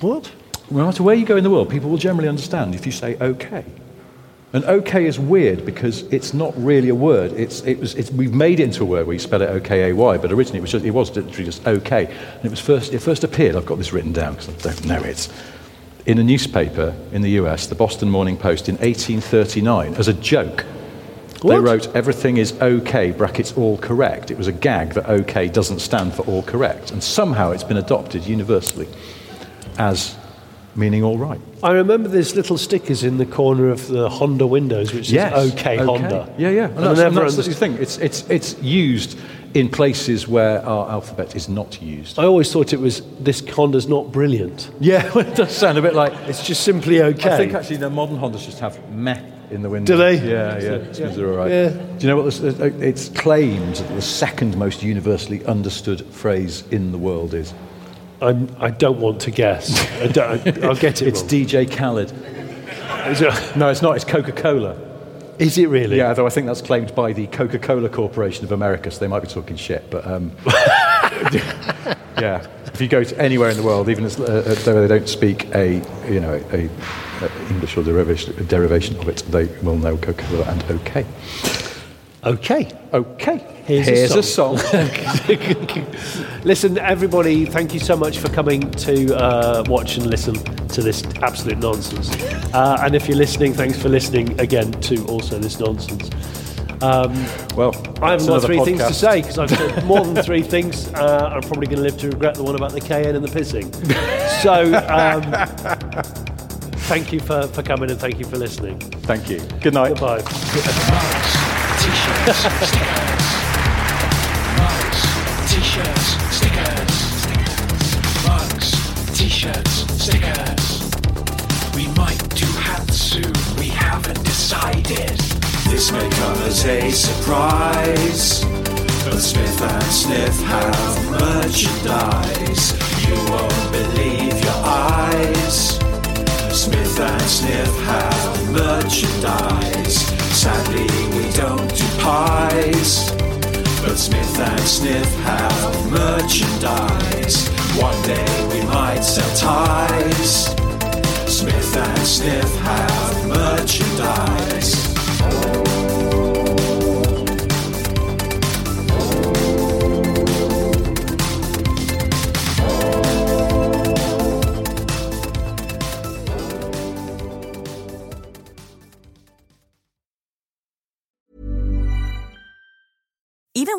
A: What?
B: No matter where you go in the world, people will generally understand if you say okay. And okay is weird because it's not really a word. It's, it was, it's, we've made it into a word where you spell it O-K-A-Y, but originally it was, just, it was literally just okay. And it, was first, it first appeared, I've got this written down because I don't know it, in a newspaper in the US, the Boston Morning Post, in 1839, as a joke. They wrote, everything is okay, brackets all correct. It was a gag that okay doesn't stand for all correct. And somehow it's been adopted universally as meaning all right.
A: I remember there's little stickers in the corner of the Honda windows, which
B: Yes.
A: is OK, Honda.
B: Yeah, yeah.
A: And
B: And that's,
A: I
B: and
A: never
B: that's the
A: understood-
B: thing. It's, it's, it's used in places where our alphabet is not used.
A: I always thought it was this Honda's not brilliant.
B: Yeah, it does sound a bit like
A: it's just simply okay.
B: I think actually the modern Hondas just have meh in the
A: Do
B: window.
A: they?
B: Yeah, yeah.
A: Yeah.
B: It's because they're all right.
A: Yeah.
B: Do you know what? This, uh, it's claimed that the second most universally understood phrase in the world is.
A: I'm, I don't want to guess. I don't, I'll get it
B: It's
A: wrong.
B: DJ Khaled. no, it's not. It's Coca Cola.
A: Is it really?
B: Yeah, though I think that's claimed by the Coca Cola Corporation of America, so they might be talking shit. But um, yeah, if you go to anywhere in the world, even as, uh, uh, though they don't speak a you know a, a English or derivation, a derivation of it, they will know Coca Cola and OK.
A: Okay.
B: Okay.
A: Here's,
B: Here's a
A: a song. listen, everybody, thank you so much for coming to uh, watch and listen to this absolute nonsense. Uh, and if you're listening, thanks for listening again to also this nonsense. Um,
B: well,
A: I
B: that's
A: haven't got
B: another
A: three things to
B: podcast.
A: say because I've said more than three things. Uh, I'm probably going to live to regret the one about the KN and the pissing. So, um, thank you for, for coming and thank you for listening.
B: Thank you. Good night.
A: Goodbye.
D: T-shirts, stickers, mugs, T-shirts, stickers. We might do hats soon. We haven't decided. This may come as a surprise, but Smith and Sniff have merchandise. You won't believe your eyes. Smith and Sniff have merchandise. Sadly, we don't do pies. But Smith and Sniff have merchandise. One day we might sell ties. Smith and Sniff have merchandise.
F: Even